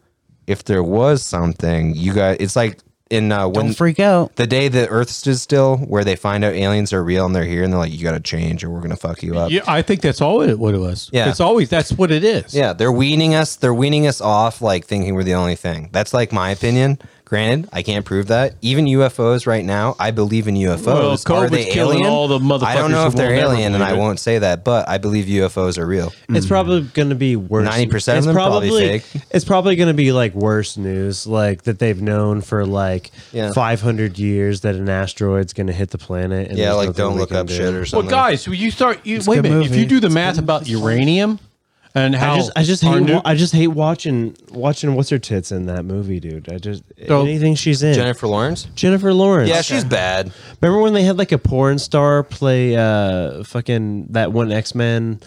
Speaker 3: if there was something, you guys, it's like in uh, when
Speaker 1: Don't freak out.
Speaker 3: the day the Earth stood still, where they find out aliens are real and they're here, and they're like, you got to change or we're gonna fuck you up.
Speaker 4: Yeah, I think that's all it, what it was.
Speaker 3: Yeah.
Speaker 4: It's always, that's what it is.
Speaker 3: Yeah, they're weaning us. They're weaning us off, like thinking we're the only thing. That's like my opinion. Granted, I can't prove that. Even UFOs right now, I believe in UFOs.
Speaker 4: Well,
Speaker 3: are
Speaker 4: COVID's
Speaker 3: they
Speaker 4: killing
Speaker 3: alien?
Speaker 4: all the
Speaker 3: I don't
Speaker 4: motherfuckers
Speaker 3: know
Speaker 4: who
Speaker 3: if they're
Speaker 4: won't ever
Speaker 3: alien, and I
Speaker 4: believe it.
Speaker 3: won't say that, but I believe UFOs are real.
Speaker 2: It's probably going to be worse.
Speaker 3: 90% Hmm. of
Speaker 2: it's
Speaker 3: them probably fake.
Speaker 2: It's probably going to be like worse news, like that they've known for like
Speaker 3: Yeah.
Speaker 2: 500 years that an asteroid's going to hit the planet. And
Speaker 3: Yeah,
Speaker 2: there's
Speaker 3: like
Speaker 2: nothing
Speaker 3: don't
Speaker 2: we
Speaker 3: look
Speaker 2: can
Speaker 3: up
Speaker 2: do.
Speaker 3: shit or
Speaker 4: Well,
Speaker 3: something.
Speaker 4: guys, you start, you,
Speaker 1: a
Speaker 4: wait a
Speaker 1: good
Speaker 4: minute. If you
Speaker 1: movie.
Speaker 4: do the
Speaker 1: It's a
Speaker 4: math
Speaker 1: good-
Speaker 4: about uranium and how.
Speaker 2: I just, I just
Speaker 4: our
Speaker 2: hate,
Speaker 4: nu-
Speaker 2: wa- I just hate watching, watching what's her tits in that movie, dude. I just
Speaker 4: So-
Speaker 2: anything she's in.
Speaker 3: Jennifer Lawrence.
Speaker 2: Jennifer Lawrence.
Speaker 3: Yeah, she's bad.
Speaker 2: Remember when they had like a porn star play uh fucking that one X Men,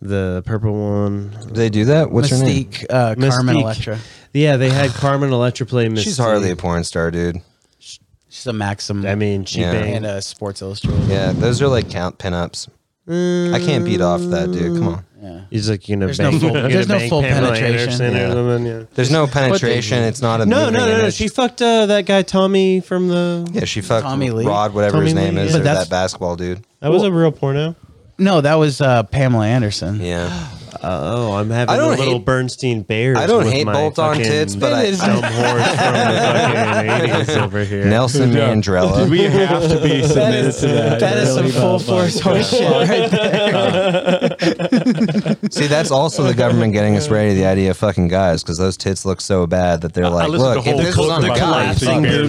Speaker 2: the purple one.
Speaker 3: Do they do that? What's her name?
Speaker 1: Mystique, uh, Carmen
Speaker 2: Mystique.
Speaker 1: Electra.
Speaker 2: Yeah, they had Carmen Electra play Mystique.
Speaker 3: She's hardly a porn star, dude.
Speaker 1: She's a Maxim.
Speaker 2: I mean, she
Speaker 3: Yeah.
Speaker 2: banged
Speaker 1: and uh, a Sports Illustrated.
Speaker 3: Yeah, those are like count pinups. I can't beat off to that, dude. Come on.
Speaker 2: He's like, you know,
Speaker 1: There's no full- there's no full penetration.
Speaker 3: Yeah.
Speaker 2: yeah.
Speaker 3: There's no penetration. It's not a
Speaker 2: No,
Speaker 3: moving
Speaker 2: no, no, no.
Speaker 3: image.
Speaker 2: She fucked uh, that guy Tommy from the.
Speaker 3: Yeah, she fucked
Speaker 1: Tommy Lee.
Speaker 3: Rod, whatever
Speaker 2: Tommy
Speaker 3: his
Speaker 2: Lee,
Speaker 3: name
Speaker 2: yeah.
Speaker 3: is,
Speaker 2: But
Speaker 3: or
Speaker 2: that's-
Speaker 3: that basketball dude.
Speaker 2: That was a real porno.
Speaker 1: No, that was uh, Pamela Anderson.
Speaker 3: Yeah.
Speaker 2: Oh, I'm having
Speaker 3: I don't
Speaker 2: a little
Speaker 3: hate-
Speaker 2: Bernstein Bears.
Speaker 3: I don't
Speaker 2: with
Speaker 3: hate
Speaker 2: my
Speaker 3: bolt-on
Speaker 2: fucking
Speaker 3: tits, but I-
Speaker 2: dumb horse from the fucking 80s over here.
Speaker 3: Nelson Mandrella.
Speaker 4: we have to be submitted to that.
Speaker 1: That is some full force horseshit right there.
Speaker 3: See, that's also the government getting us ready to the idea of fucking guys because those tits look so bad that they're like,
Speaker 4: I listened
Speaker 3: look,
Speaker 4: to a
Speaker 3: if
Speaker 4: whole
Speaker 3: this was on
Speaker 4: book
Speaker 3: a
Speaker 4: about
Speaker 3: guy,
Speaker 4: Big
Speaker 3: fuck
Speaker 4: Bear.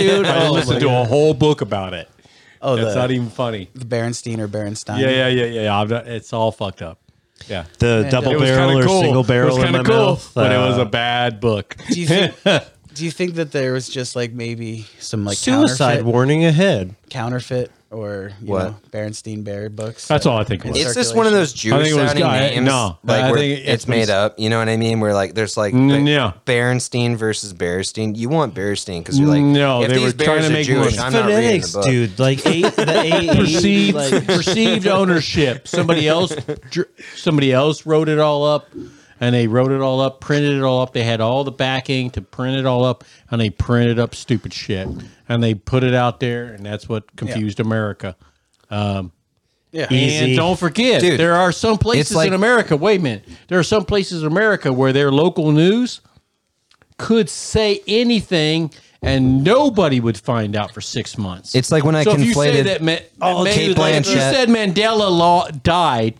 Speaker 3: you.
Speaker 4: dude. oh I listened to a whole book about it.
Speaker 1: Oh,
Speaker 4: That's not
Speaker 1: the,
Speaker 4: even funny.
Speaker 1: Berenstein or Berenstein.
Speaker 4: Yeah, yeah, yeah, yeah. yeah. I'm not- it's all fucked up. Yeah.
Speaker 2: The double
Speaker 4: It was
Speaker 2: barrel
Speaker 4: kind
Speaker 2: or
Speaker 4: of cool.
Speaker 2: single
Speaker 4: it
Speaker 2: barrel
Speaker 4: was
Speaker 2: in
Speaker 4: kind
Speaker 2: my
Speaker 4: of cool,
Speaker 2: mouth.
Speaker 4: but it was
Speaker 2: uh,
Speaker 4: a bad book.
Speaker 1: Do you think? do you think that there was just like maybe some like
Speaker 2: suicide
Speaker 1: counterfeit,
Speaker 2: warning ahead.
Speaker 1: counterfeit or you
Speaker 3: What?
Speaker 1: know Berenstein Bear books?
Speaker 4: That's all I think. It
Speaker 1: It's
Speaker 4: was.
Speaker 3: It's just one of those
Speaker 4: I think
Speaker 3: Jewish
Speaker 4: it was
Speaker 3: sounding
Speaker 4: guy-
Speaker 3: names.
Speaker 4: no,
Speaker 3: like
Speaker 4: I
Speaker 3: where
Speaker 4: think
Speaker 3: it's
Speaker 4: it's-
Speaker 3: made up. You know what I mean? Where like there's like,
Speaker 4: Mm,
Speaker 3: like
Speaker 4: yeah.
Speaker 3: Berenstein versus Berenstein. You want Berenstein because you're like,
Speaker 4: No,
Speaker 3: if
Speaker 4: they
Speaker 3: these
Speaker 4: were
Speaker 3: bears
Speaker 4: trying to
Speaker 3: are
Speaker 4: make
Speaker 3: Jewish,
Speaker 4: money.
Speaker 3: I'm not reading
Speaker 2: Phonetics,
Speaker 3: the book.
Speaker 2: dude. Like eight, the eight,
Speaker 4: perceived
Speaker 2: like,
Speaker 4: perceived ownership. Somebody else dr- somebody else wrote it all up and they wrote it all up, printed it all up. They had all the backing to print it all up and they printed up stupid shit and they put it out there and that's what confused America. Um,
Speaker 1: yeah.
Speaker 2: Easy.
Speaker 4: And don't forget,
Speaker 3: Dude,
Speaker 4: there are some places
Speaker 3: like-
Speaker 4: in America. Wait a minute, there are some places in America where their local news could say anything, and nobody would find out for six months.
Speaker 3: It's like when I
Speaker 4: so if you say
Speaker 3: conflated
Speaker 4: that Ma-
Speaker 3: Oh,
Speaker 4: Ma-
Speaker 3: Kate
Speaker 4: like, if you
Speaker 3: Blanchett.
Speaker 4: said Mandela law died,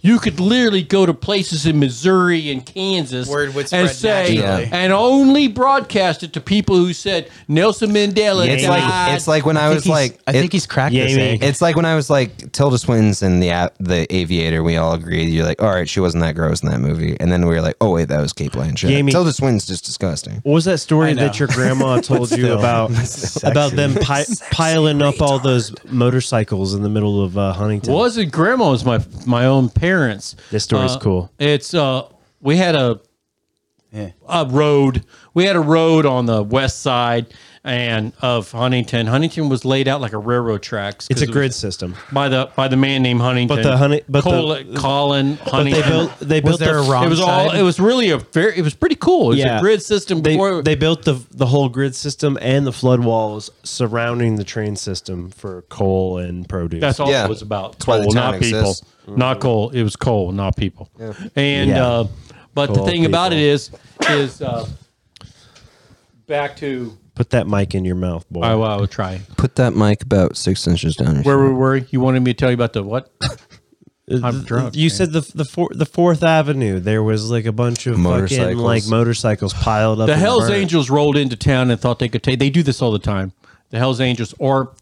Speaker 4: You could literally go to places in Missouri and Kansas
Speaker 1: Word would spread
Speaker 4: and say,
Speaker 1: naturally.
Speaker 4: and only broadcast it to people who said Nelson Mandela
Speaker 3: It's
Speaker 4: died.
Speaker 3: like it's like when I,
Speaker 1: think
Speaker 3: was
Speaker 1: he's-
Speaker 3: like
Speaker 1: I
Speaker 3: it-
Speaker 1: think he's cracked this
Speaker 2: Yeah,
Speaker 1: egg.
Speaker 3: It's like when I was like Tilda Swinton, the a- the Aviator. We all agreed. You're like, all right, she wasn't that gross in that movie, and then we were like, oh wait, that was Kate Blanchett.
Speaker 2: Jamie-
Speaker 3: Tilda Swinton's just disgusting.
Speaker 2: What was that
Speaker 1: I
Speaker 2: story
Speaker 1: know.
Speaker 2: that your grandma told you
Speaker 3: still,
Speaker 2: about about them pi- piling up all those motorcycles in the middle of uh, Huntington?
Speaker 4: wasn't grandma, it was my my own parents.
Speaker 2: This story's
Speaker 4: Uh,
Speaker 2: cool.
Speaker 4: It's uh, we had a
Speaker 1: Yeah.
Speaker 4: a road. We had a road on the west side and of Huntington. Huntington was laid out like a railroad tracks.
Speaker 2: It's
Speaker 4: 'cause
Speaker 2: a
Speaker 4: it was
Speaker 2: grid system.
Speaker 4: by the by the man named Huntington.
Speaker 2: the Hunni- but the-
Speaker 4: Colin, Colin
Speaker 2: But
Speaker 4: Huntington.
Speaker 2: they built they built
Speaker 1: there
Speaker 2: the,
Speaker 1: a wrong
Speaker 4: it was all.
Speaker 1: side?
Speaker 4: It was really a very. It was pretty cool. It was
Speaker 2: Yeah.
Speaker 4: a grid system
Speaker 2: they,
Speaker 4: before.
Speaker 2: they built the the whole grid system and the flood walls surrounding the train system for coal and produce.
Speaker 4: that's all
Speaker 3: Yeah.
Speaker 4: it was about.
Speaker 3: That's why the
Speaker 4: Coal,
Speaker 3: town
Speaker 4: not people.
Speaker 3: exists.
Speaker 4: Not coal. It was coal, not people. And
Speaker 2: Yeah.
Speaker 4: uh, but the
Speaker 2: Coal,
Speaker 4: thing about it
Speaker 2: people.
Speaker 4: is is uh, back to
Speaker 2: Put that mic in your mouth, boy.
Speaker 4: I, I will try.
Speaker 3: Put that mic about six inches down.
Speaker 4: Where we were? You wanted me to tell you about the what? I'm
Speaker 2: Th-
Speaker 4: drunk.
Speaker 2: You said the the four, the Fourth Avenue. There was like a bunch of fucking
Speaker 3: Motorcycles.
Speaker 2: like motorcycles piled up.
Speaker 4: the
Speaker 2: and
Speaker 4: Hell's
Speaker 2: burnt.
Speaker 4: Angels rolled into town and thought they could take. They do this all the time. The Hell's Angels or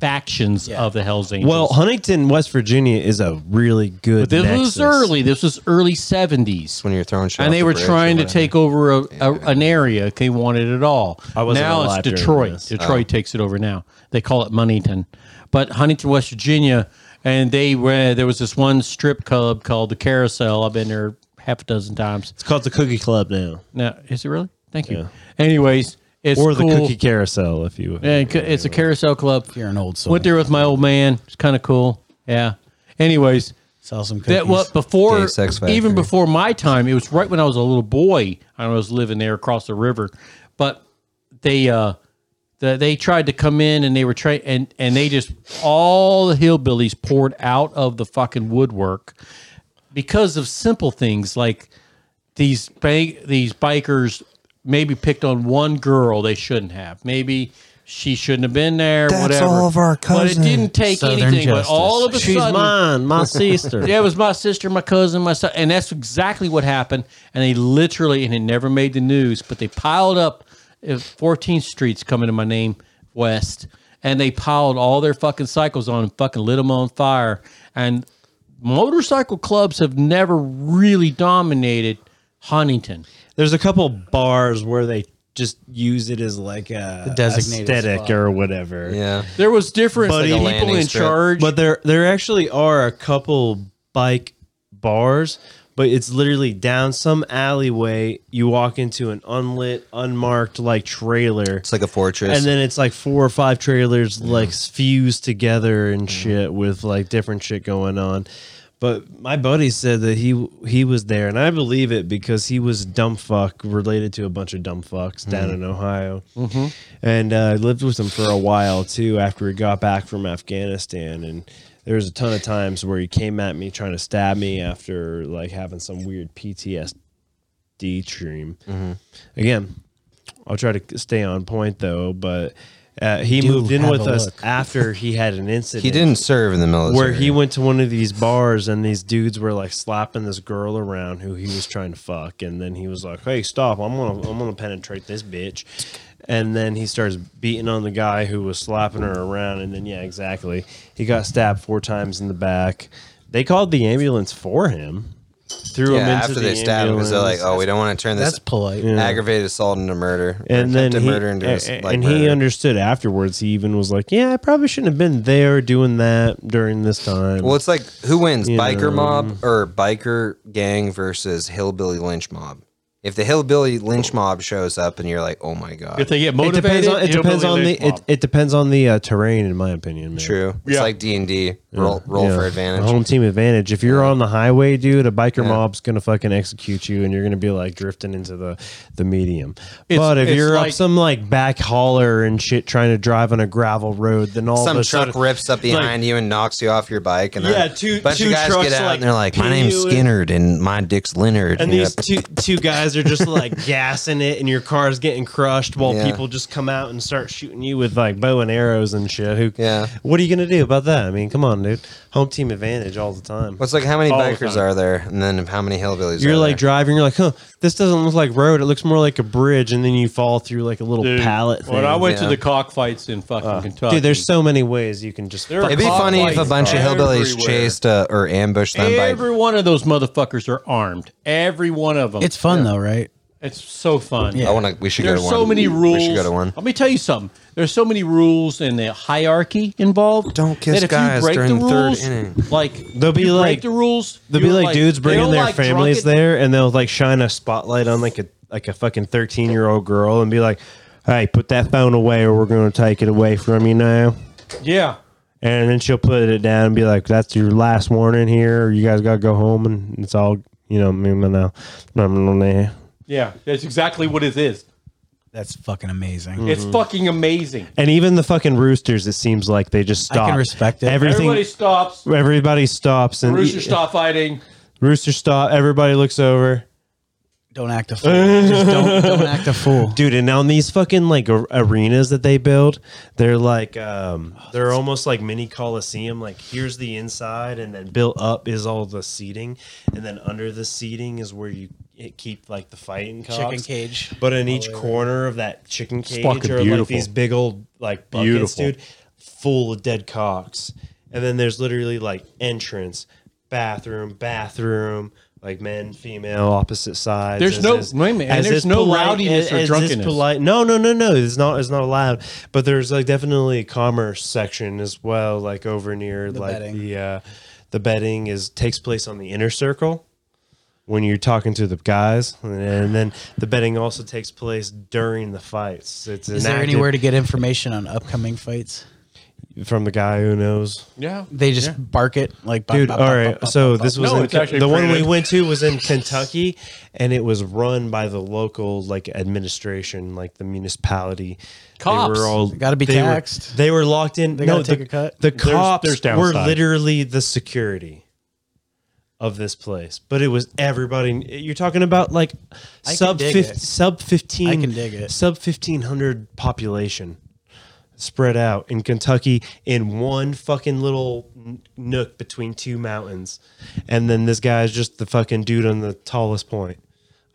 Speaker 4: factions of the Hell's Angels.
Speaker 2: Well, Huntington, West Virginia, is a really good.
Speaker 4: this
Speaker 2: nexus.
Speaker 4: was early. This was early seventies.
Speaker 3: when you're throwing shit.
Speaker 4: And
Speaker 3: off
Speaker 4: they
Speaker 3: the
Speaker 4: were
Speaker 3: bridge or
Speaker 4: trying to
Speaker 3: whatever.
Speaker 4: take over a, a, an area. They wanted it all.
Speaker 2: I wasn't
Speaker 4: now
Speaker 2: alive
Speaker 4: it's
Speaker 2: during
Speaker 4: Detroit.
Speaker 2: this.
Speaker 4: Detroit takes it over now. They call it Huntington, but Huntington, West Virginia, and they were there was this one strip club called the Carousel. I've been there half a dozen times.
Speaker 2: It's called the Cookie Club now,
Speaker 4: Now is it really? Thank you. Anyways, it's
Speaker 2: or the
Speaker 4: cool.
Speaker 2: Cookie Carousel, if you.
Speaker 4: Yeah, it- it's a carousel club.
Speaker 1: You're an old soul.
Speaker 4: Went there with my old man. It's kind of cool. Yeah. Anyways,
Speaker 1: Sell some cookies.
Speaker 4: that what before
Speaker 3: Gay sex factory.
Speaker 4: even before my time, it was right when I was a little boy. I was living there across the river, but they uh the, they tried to come in and they were trying and and they just all the hillbillies poured out of the fucking woodwork because of simple things like these bank these bikers maybe picked on one girl they shouldn't have maybe she shouldn't have been there
Speaker 3: That's
Speaker 4: whatever
Speaker 3: all of our
Speaker 4: but it didn't take
Speaker 1: Southern
Speaker 4: anything
Speaker 1: justice.
Speaker 4: but all of a
Speaker 2: She's
Speaker 4: sudden
Speaker 2: mine, my sister.
Speaker 4: yeah, it was my sister, my cousin, my son, and that's exactly what happened. And they literally, and it never made the news, but they piled up. uh, 14th Street's coming to my name, West, and they piled all their fucking cycles on and fucking lit them on fire. And motorcycle clubs have never really dominated Huntington.
Speaker 2: There's a couple bars where they just use it as like a
Speaker 1: designated
Speaker 2: aesthetic or whatever.
Speaker 3: Yeah.
Speaker 4: There was different
Speaker 2: But Like a
Speaker 4: people
Speaker 3: landing
Speaker 4: in
Speaker 3: strip.
Speaker 4: charge.
Speaker 2: But there there actually are a couple bike bars, but it's literally down some alleyway. You walk into an unlit, unmarked like trailer.
Speaker 3: It's like a fortress.
Speaker 2: And then it's like four or five trailers like fused together and shit with like different shit going on. But my buddy said that he he was there, and I believe it because he was dumb fuck related to a bunch of dumb fucks down in Ohio, mm-hmm. and uh, lived with him for a while too. After he got back from Afghanistan, and there was a ton of times where he came at me trying to stab me after like having some weird PTSD dream. Again, I'll try to stay on point though, but uh, he
Speaker 1: Do
Speaker 2: moved in
Speaker 1: have
Speaker 2: with
Speaker 1: a
Speaker 2: us
Speaker 1: look.
Speaker 2: after he had an incident.
Speaker 3: he didn't serve in the military.
Speaker 2: Where he went to one of these bars and these dudes were like slapping this girl around who he was trying to fuck, and then he was like, "Hey, stop! I'm gonna I'm gonna penetrate this bitch," and then he starts beating on the guy who was slapping her around, and then yeah, exactly, he got stabbed four times in the back. They called the ambulance for him. Threw
Speaker 3: yeah,
Speaker 2: him into
Speaker 3: after
Speaker 2: the
Speaker 3: they stabbed him, because they're like,
Speaker 2: ambulance.
Speaker 3: oh, we don't want to turn
Speaker 1: That's
Speaker 3: this
Speaker 1: polite.
Speaker 3: aggravated assault into murder, or
Speaker 2: and then
Speaker 3: attempted
Speaker 2: he,
Speaker 3: murder into
Speaker 2: a-
Speaker 3: ass-
Speaker 2: a-
Speaker 3: like
Speaker 2: and he
Speaker 3: murder.
Speaker 2: understood afterwards. He even was like, "Yeah, I probably shouldn't have been there doing that during this time."
Speaker 3: Well, it's like who wins,
Speaker 2: You
Speaker 3: biker
Speaker 2: know.
Speaker 3: mob or biker gang versus hillbilly lynch mob? If the hillbilly
Speaker 2: Oh.
Speaker 3: lynch mob shows up and you're like, oh my
Speaker 4: if
Speaker 3: god,
Speaker 4: they get
Speaker 2: it
Speaker 4: motivated,
Speaker 2: depends on it
Speaker 4: it'll
Speaker 2: depends on
Speaker 4: really
Speaker 2: the it, it depends on the uh, terrain, in my opinion. Man.
Speaker 3: true. It's
Speaker 4: Yeah.
Speaker 3: like D and D, roll roll
Speaker 2: Yeah.
Speaker 3: for advantage.
Speaker 2: home team advantage. If you're on the highway, dude, a biker mob's gonna fucking execute you, and you're gonna be like drifting into the the medium. but if
Speaker 4: it's
Speaker 2: you're up
Speaker 4: like-
Speaker 2: some like back hauler and shit, trying to drive on a gravel road, then all
Speaker 3: Some
Speaker 2: of a
Speaker 3: truck
Speaker 2: sudden,
Speaker 3: rips up behind you and knocks you off your bike, and
Speaker 2: Yeah,
Speaker 3: then
Speaker 2: two-
Speaker 3: bunch
Speaker 2: two
Speaker 3: of guys
Speaker 2: trucks,
Speaker 3: get out
Speaker 2: like,
Speaker 3: and they're like,
Speaker 2: pin
Speaker 3: my name's
Speaker 2: you in-
Speaker 3: Skinnerd and my dick's Leonard,
Speaker 2: and
Speaker 3: you're
Speaker 2: these
Speaker 3: like,
Speaker 2: two two guys guys are just like gassing it, and your car's getting crushed while
Speaker 3: Yeah.
Speaker 2: people just come out and start shooting you with like bow and arrows and shit. Who?
Speaker 3: Yeah.
Speaker 2: What are you gonna do about that? I mean, come on, dude. Home team advantage all the time.
Speaker 3: What's like how many
Speaker 2: All the
Speaker 3: bikers
Speaker 2: time.
Speaker 3: are there, and then how many hillbillies?
Speaker 2: You're
Speaker 3: are
Speaker 2: like
Speaker 3: there?
Speaker 2: driving. You're like, huh, this doesn't look like road. It looks more like a bridge, and then you fall through like a little
Speaker 4: Dude,
Speaker 2: pallet thing.
Speaker 4: When I went
Speaker 3: yeah.
Speaker 4: to the cockfights in fucking Kentucky,
Speaker 2: Uh, Dude, there's so many ways you can just.
Speaker 4: There are
Speaker 3: It'd be
Speaker 4: Caught
Speaker 3: funny if a
Speaker 4: lights
Speaker 3: bunch of hillbillies
Speaker 4: everywhere.
Speaker 3: chased uh, or ambushed them by.
Speaker 4: every one of those motherfuckers are armed. Every one of them.
Speaker 1: It's fun though, right?
Speaker 4: it's so fun.
Speaker 1: Yeah.
Speaker 3: I want to. We should go
Speaker 4: There's
Speaker 3: to one.
Speaker 4: so many rules.
Speaker 3: We should go to one.
Speaker 4: Let me tell you something. There's so many rules and the hierarchy involved.
Speaker 3: Don't kiss
Speaker 4: that if you
Speaker 3: guys
Speaker 4: break
Speaker 3: during
Speaker 4: the
Speaker 3: the third
Speaker 4: rules,
Speaker 3: inning.
Speaker 4: Like
Speaker 2: They'll be
Speaker 4: you break
Speaker 2: like-
Speaker 4: the rules.
Speaker 2: They'll be
Speaker 4: you're
Speaker 2: like, dudes bringing
Speaker 4: they'll,
Speaker 2: their
Speaker 4: like,
Speaker 2: families
Speaker 4: drunken-
Speaker 2: there, and they'll like shine a spotlight on like a like a fucking thirteen year old girl, and be like, "Hey, put that phone away, or we're gonna take it away from you now."
Speaker 4: Yeah.
Speaker 2: And then she'll put it down and be like, "That's your last warning here. Or you guys gotta go home, and it's all you know." Me and now,
Speaker 4: Yeah. That's exactly what it is.
Speaker 1: That's fucking amazing.
Speaker 2: Mm. Mm-hmm.
Speaker 4: It's fucking amazing.
Speaker 2: and even the fucking roosters, it seems like they just
Speaker 1: I can
Speaker 2: stop.
Speaker 1: respect it.
Speaker 2: Everything.
Speaker 4: Everybody stops.
Speaker 2: everybody stops and e
Speaker 4: Rooster stop fighting.
Speaker 2: Rooster stop. Everybody looks over.
Speaker 1: Don't act a fool. Just don't, don't act a fool.
Speaker 2: dude and on these fucking like ar- arenas that they build they're like um they're almost like mini coliseum like here's the inside and then built up is all the seating and then under the seating is where you it keep like the fighting cocks.
Speaker 1: Chicken cage. Oh,
Speaker 2: but in each corner of that chicken cage
Speaker 4: fucking
Speaker 2: are
Speaker 4: beautiful.
Speaker 2: like these big old like buckets
Speaker 4: Beautiful.
Speaker 2: dude full of dead cocks and then there's literally like entrance bathroom bathroom like men, female, opposite sides.
Speaker 4: There's
Speaker 2: Is
Speaker 4: no-
Speaker 2: this-
Speaker 4: wait a minute, and
Speaker 2: is
Speaker 4: there's
Speaker 2: this
Speaker 4: no rowdiness or
Speaker 2: is this
Speaker 4: drunkenness.
Speaker 2: polite- No, no, no, no. It's not. It's not allowed. But there's like definitely a commerce section as well, like over near like
Speaker 1: betting.
Speaker 2: the uh, the betting is takes place on the inner circle when you're talking to the guys, and, then the betting also takes place during the fights. It's
Speaker 1: Is there anywhere to get information on upcoming fights?
Speaker 2: from the guy who knows?
Speaker 4: Yeah.
Speaker 1: They just bark it like, bop,
Speaker 2: Dude,
Speaker 1: bop,
Speaker 2: all
Speaker 1: bop,
Speaker 2: right.
Speaker 1: bop, bop,
Speaker 2: so
Speaker 1: bop, bop.
Speaker 2: this was
Speaker 4: No,
Speaker 2: in
Speaker 4: it's
Speaker 2: Ke-
Speaker 4: actually
Speaker 2: the one we
Speaker 4: printed.
Speaker 2: went to was in Kentucky, and it was run by the local like administration, like the municipality.
Speaker 4: Cops.
Speaker 2: all
Speaker 1: gotta be
Speaker 2: they were-
Speaker 1: taxed.
Speaker 2: they were locked in. They
Speaker 1: gotta take
Speaker 2: the,
Speaker 1: a cut.
Speaker 2: The
Speaker 4: There's-
Speaker 2: cops
Speaker 4: there's
Speaker 2: were
Speaker 4: downside.
Speaker 2: literally the security of this place, but it was everybody. You're talking about like
Speaker 1: can
Speaker 2: sub
Speaker 1: dig
Speaker 2: 50,
Speaker 1: it.
Speaker 2: sub fifteen.
Speaker 1: I can dig it.
Speaker 2: Sub fifteen hundred population spread out in Kentucky in one fucking little n- nook between two mountains. And then this guy is just the fucking dude on the tallest point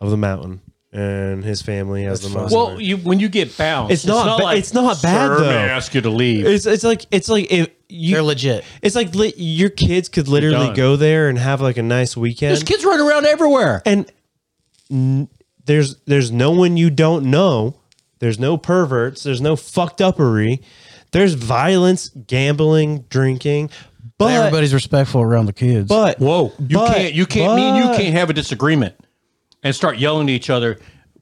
Speaker 2: of the mountain. And his family has the most.
Speaker 4: Well, you when you get bounced,
Speaker 2: It's not ba- it's not bad,
Speaker 4: Sir, may I
Speaker 2: though."
Speaker 4: ask you to leave.
Speaker 2: it's it's like it's like if you
Speaker 1: They're legit.
Speaker 2: It's like li- your kids could literally
Speaker 4: done.
Speaker 2: go there and have like a nice weekend.
Speaker 4: There's kids running around everywhere.
Speaker 2: and n- there's there's no one you don't know. There's no perverts. There's no fucked upery. There's violence, gambling, drinking. But
Speaker 1: Everybody's respectful around the kids.
Speaker 2: but
Speaker 4: Whoa, you
Speaker 2: but-
Speaker 4: can't you can't mean you
Speaker 2: but-
Speaker 4: can't have a disagreement and start yelling at each other.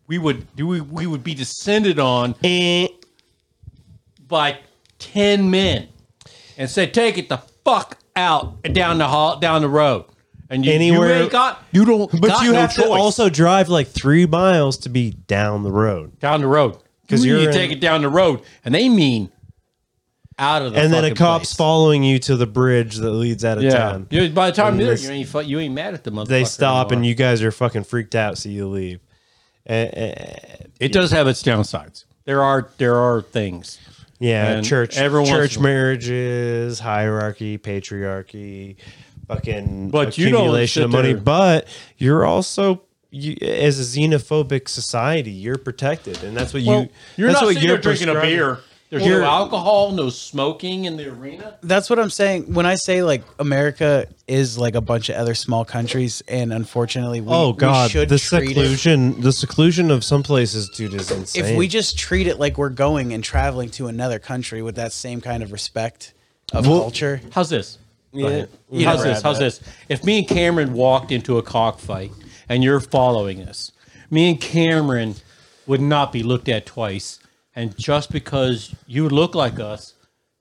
Speaker 4: We would do we, we would be descended on
Speaker 2: Eh.
Speaker 4: by ten men and say, "Take it the fuck out and down the hall down the road." And you,
Speaker 2: Anywhere-
Speaker 4: you ain't got you don't
Speaker 2: But
Speaker 4: got
Speaker 2: you
Speaker 4: no
Speaker 2: have to
Speaker 4: choice.
Speaker 2: also drive like three miles to be down the road.
Speaker 4: down the road
Speaker 2: 'Cause
Speaker 4: you
Speaker 2: you're in-
Speaker 4: take it down the road, and they mean out of the
Speaker 2: And then a
Speaker 4: fucking
Speaker 2: cop's
Speaker 4: place.
Speaker 2: following you to the bridge that leads out of
Speaker 4: Yeah,
Speaker 2: town.
Speaker 4: You- by the time
Speaker 2: And
Speaker 4: you're,
Speaker 2: this-
Speaker 4: you ain't fu- you ain't mad at the motherfucker.
Speaker 2: They stop
Speaker 4: anymore.
Speaker 2: and you guys are fucking freaked out, so you leave. Eh, eh,
Speaker 4: It does have its downsides. There are there are things.
Speaker 2: Yeah,
Speaker 4: And
Speaker 2: church,
Speaker 4: every once
Speaker 2: church
Speaker 4: in a-
Speaker 2: marriages, hierarchy, patriarchy, fucking
Speaker 4: But you don't
Speaker 2: accumulation of
Speaker 4: sit
Speaker 2: money.
Speaker 4: there-
Speaker 2: But you're also you, as a xenophobic society, you're protected, and that's what you.
Speaker 4: you're
Speaker 2: that's
Speaker 4: not
Speaker 2: what
Speaker 4: sitting there drinking a
Speaker 2: prescribing.
Speaker 4: beer. There's
Speaker 2: You're-
Speaker 4: no alcohol, no smoking in the arena.
Speaker 1: that's what I'm saying. When I say like America is like a bunch of other small countries, and unfortunately, we,
Speaker 2: Oh
Speaker 1: we
Speaker 2: God,
Speaker 1: should
Speaker 2: the
Speaker 1: treat it
Speaker 2: seclusion, the seclusion of some places, dude, is insane.
Speaker 1: if we just treat it like we're going and traveling to another country with that same kind of respect of culture,
Speaker 4: How's this?
Speaker 2: yeah,
Speaker 1: You
Speaker 4: How's
Speaker 1: know,
Speaker 4: this? How's this? If me and Cameron walked into a cockfight and you're following us, me and Cameron would not be looked at twice. And just because you look like us,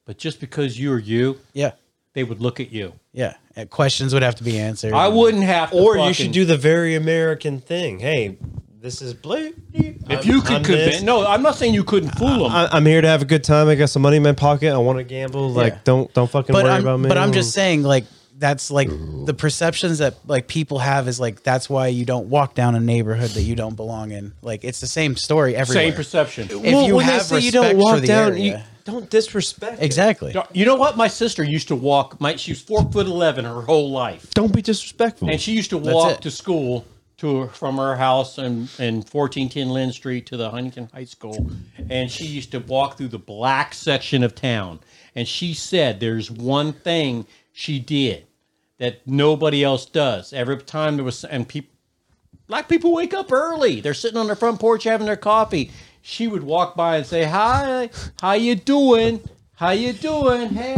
Speaker 4: but just because you are you,
Speaker 1: yeah,
Speaker 4: they would look at you.
Speaker 1: yeah, And questions would have to be answered.
Speaker 4: I wouldn't have. To
Speaker 2: or you
Speaker 4: fucking-
Speaker 2: should do the very American thing. Hey, this is blue.
Speaker 4: If you could convince, no, I'm not saying you couldn't fool them.
Speaker 2: I, I'm here to have a good time. I got some money in my pocket. I want to gamble. Like,
Speaker 1: Yeah.
Speaker 2: don't don't fucking
Speaker 1: but
Speaker 2: worry
Speaker 1: I'm,
Speaker 2: about me.
Speaker 1: but I'm just saying, like, that's like the perceptions that like people have is like that's why you don't walk down a neighborhood that you don't belong in. Like it's the same story everywhere.
Speaker 4: Same perception.
Speaker 1: If you have respect for the area,
Speaker 2: don't disrespect.
Speaker 1: exactly.
Speaker 4: You know what? My sister used to walk. My she was four foot eleven her whole life,
Speaker 2: Don't be disrespectful.
Speaker 4: and she used to walk
Speaker 1: it.
Speaker 4: to school to from her house and and fourteen ten Lynn Street to the Huntington High School, and she used to walk through the black section of town. And she said, "There's one thing she did that nobody else does. Every time there was and people." Black people wake up early. They're sitting on their front porch having their coffee. She would walk by and say, "Hi, how you doing? How you doing? Hey,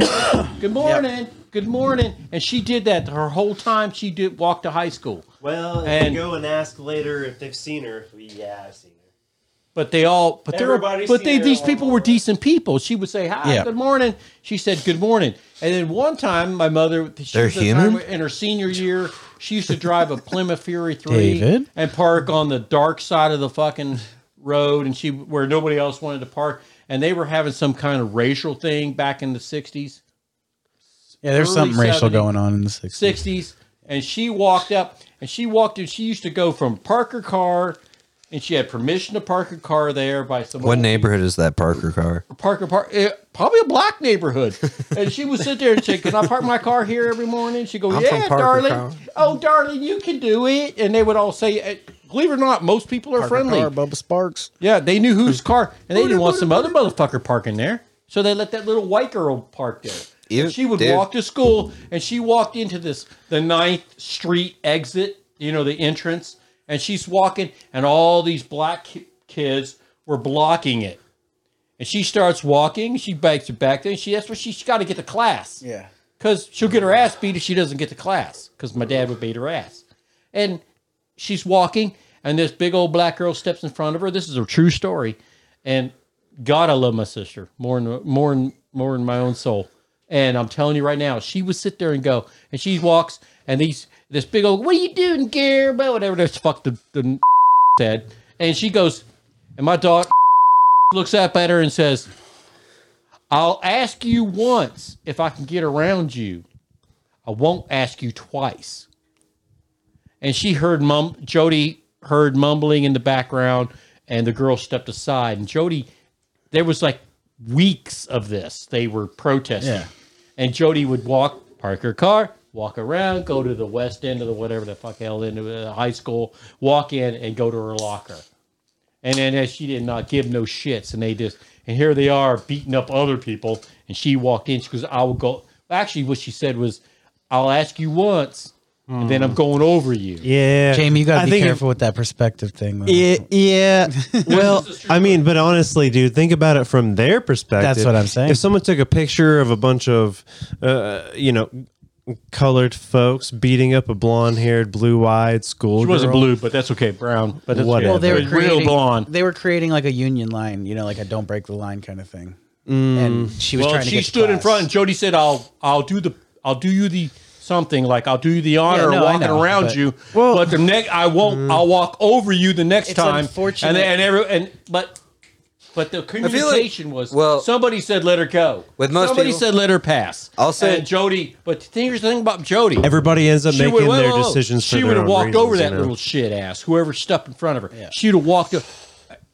Speaker 4: good morning, good morning." And she did that her whole time. She did walk to high school.
Speaker 5: Well, if
Speaker 4: And-
Speaker 5: you go and ask later if they've seen her. Yeah, I've seen her.
Speaker 4: But they all, but they were,
Speaker 5: Everybody's
Speaker 4: but they,
Speaker 5: seen her
Speaker 4: these
Speaker 5: all
Speaker 4: people were
Speaker 5: over.
Speaker 4: decent people. She would say, "Hi,
Speaker 1: Yeah.
Speaker 4: good morning." She said, "Good morning." And then one time, my mother, she
Speaker 3: They're
Speaker 4: was at a
Speaker 3: human?
Speaker 4: time in her senior year, she used to drive a Plymouth Fury three
Speaker 1: David?
Speaker 4: and park on the dark side of the fucking road, and she where nobody else wanted to park. And they were having some kind of racial thing back in the '60s.
Speaker 1: Yeah, there's
Speaker 4: early
Speaker 1: something racial
Speaker 4: 70s.
Speaker 1: going on in the 60s.
Speaker 4: 60s and she walked up and she walked in she used to go from parker car and she had permission to park her car there by some
Speaker 3: What
Speaker 4: old-
Speaker 3: neighborhood is that Parker car?
Speaker 4: parker park eh, probably a black neighborhood and she would sit there and say can i park my car here every morning she'd go
Speaker 3: I'm from
Speaker 4: yeah
Speaker 3: Parker
Speaker 4: darling
Speaker 3: Car."
Speaker 4: oh darling you can do it and they would all say eh, believe it or not most people are friendly
Speaker 1: Bubba Sparks.
Speaker 4: yeah they knew whose car and they didn't want some other motherfucker parking there so they let that little white girl park there
Speaker 3: Ew,
Speaker 4: and she would
Speaker 3: dude.
Speaker 4: walk to school and she walked into this the ninth street exit you know the entrance and she's walking and all these black ki- kids were blocking it and she starts walking she backs it back there and she that's where she's got to get to class
Speaker 1: Yeah.
Speaker 4: because she'll get her ass beat if she doesn't get to class because my dad would beat her ass and she's walking and this big old black girl steps in front of her this is a true story and god i love my sister more than more than more than my own soul and i'm telling you right now she would sit there and go and she walks and these this big old what are you doing But whatever this fuck the, the said and she goes and my dog looks up at her and says i'll ask you once if i can get around you i won't ask you twice and she heard mum Jody heard mumbling in the background, and the girl stepped aside. And Jody, there was like weeks of this. They were protesting,
Speaker 1: Yeah.
Speaker 4: and Jody would walk, park her car, walk around, go to the west end of the whatever the fuck hell end of the high school, walk in, and go to her locker. And then as she did not give no shits, and they just and here they are beating up other people. And she walked in. She goes, "I will go." Actually, what she said was, "I'll ask you once, and then I'm going over you."
Speaker 2: yeah,
Speaker 1: Jamie, you got
Speaker 2: I
Speaker 1: to be
Speaker 2: think it-
Speaker 1: careful with that perspective thing. though.
Speaker 2: Yeah, yeah. well, I mean, but honestly, dude, think about it from their perspective.
Speaker 1: That's what I'm saying.
Speaker 2: If someone took a picture of a bunch of, uh, you know, colored folks beating up a blonde-haired, blue-eyed school,
Speaker 4: She wasn't blue, but that's okay. Brown, but that's
Speaker 2: Whatever.
Speaker 4: okay.
Speaker 2: Well, they
Speaker 1: they were
Speaker 4: Real
Speaker 1: creating,
Speaker 4: blonde.
Speaker 1: They were creating like a union line, you know, like a don't break the line kind of thing. And she was
Speaker 4: Mm. Well,
Speaker 1: trying to
Speaker 4: she
Speaker 1: get to
Speaker 4: stood in
Speaker 1: class.
Speaker 4: front, and Jody said, "I'll, I'll do the, I'll do you the something like I'll do you the honor
Speaker 1: no,
Speaker 4: of
Speaker 1: I
Speaker 4: walking
Speaker 1: know,
Speaker 4: around
Speaker 1: but- Mm.
Speaker 4: you, but the next I won't, I'll walk over you the next
Speaker 1: It's
Speaker 4: time."
Speaker 1: unfortunate.
Speaker 4: And, and every and but. But the
Speaker 3: like-
Speaker 4: communication was
Speaker 3: well-
Speaker 4: somebody said let her go.
Speaker 3: With most
Speaker 4: somebody
Speaker 3: people-
Speaker 4: said let her pass.
Speaker 3: I'll say-
Speaker 4: and Jody. But the thing, here's the thing about Jody.
Speaker 2: Everybody ends up
Speaker 4: She
Speaker 2: making
Speaker 4: would- whoa,
Speaker 2: their
Speaker 4: whoa, whoa.
Speaker 2: decisions.
Speaker 4: She
Speaker 2: for
Speaker 4: would
Speaker 2: their
Speaker 4: have
Speaker 2: own
Speaker 4: walked
Speaker 2: reasons,
Speaker 4: over
Speaker 2: you
Speaker 4: that
Speaker 2: know?
Speaker 4: little shit ass, whoever stepped in front of her. She'd have walked. o-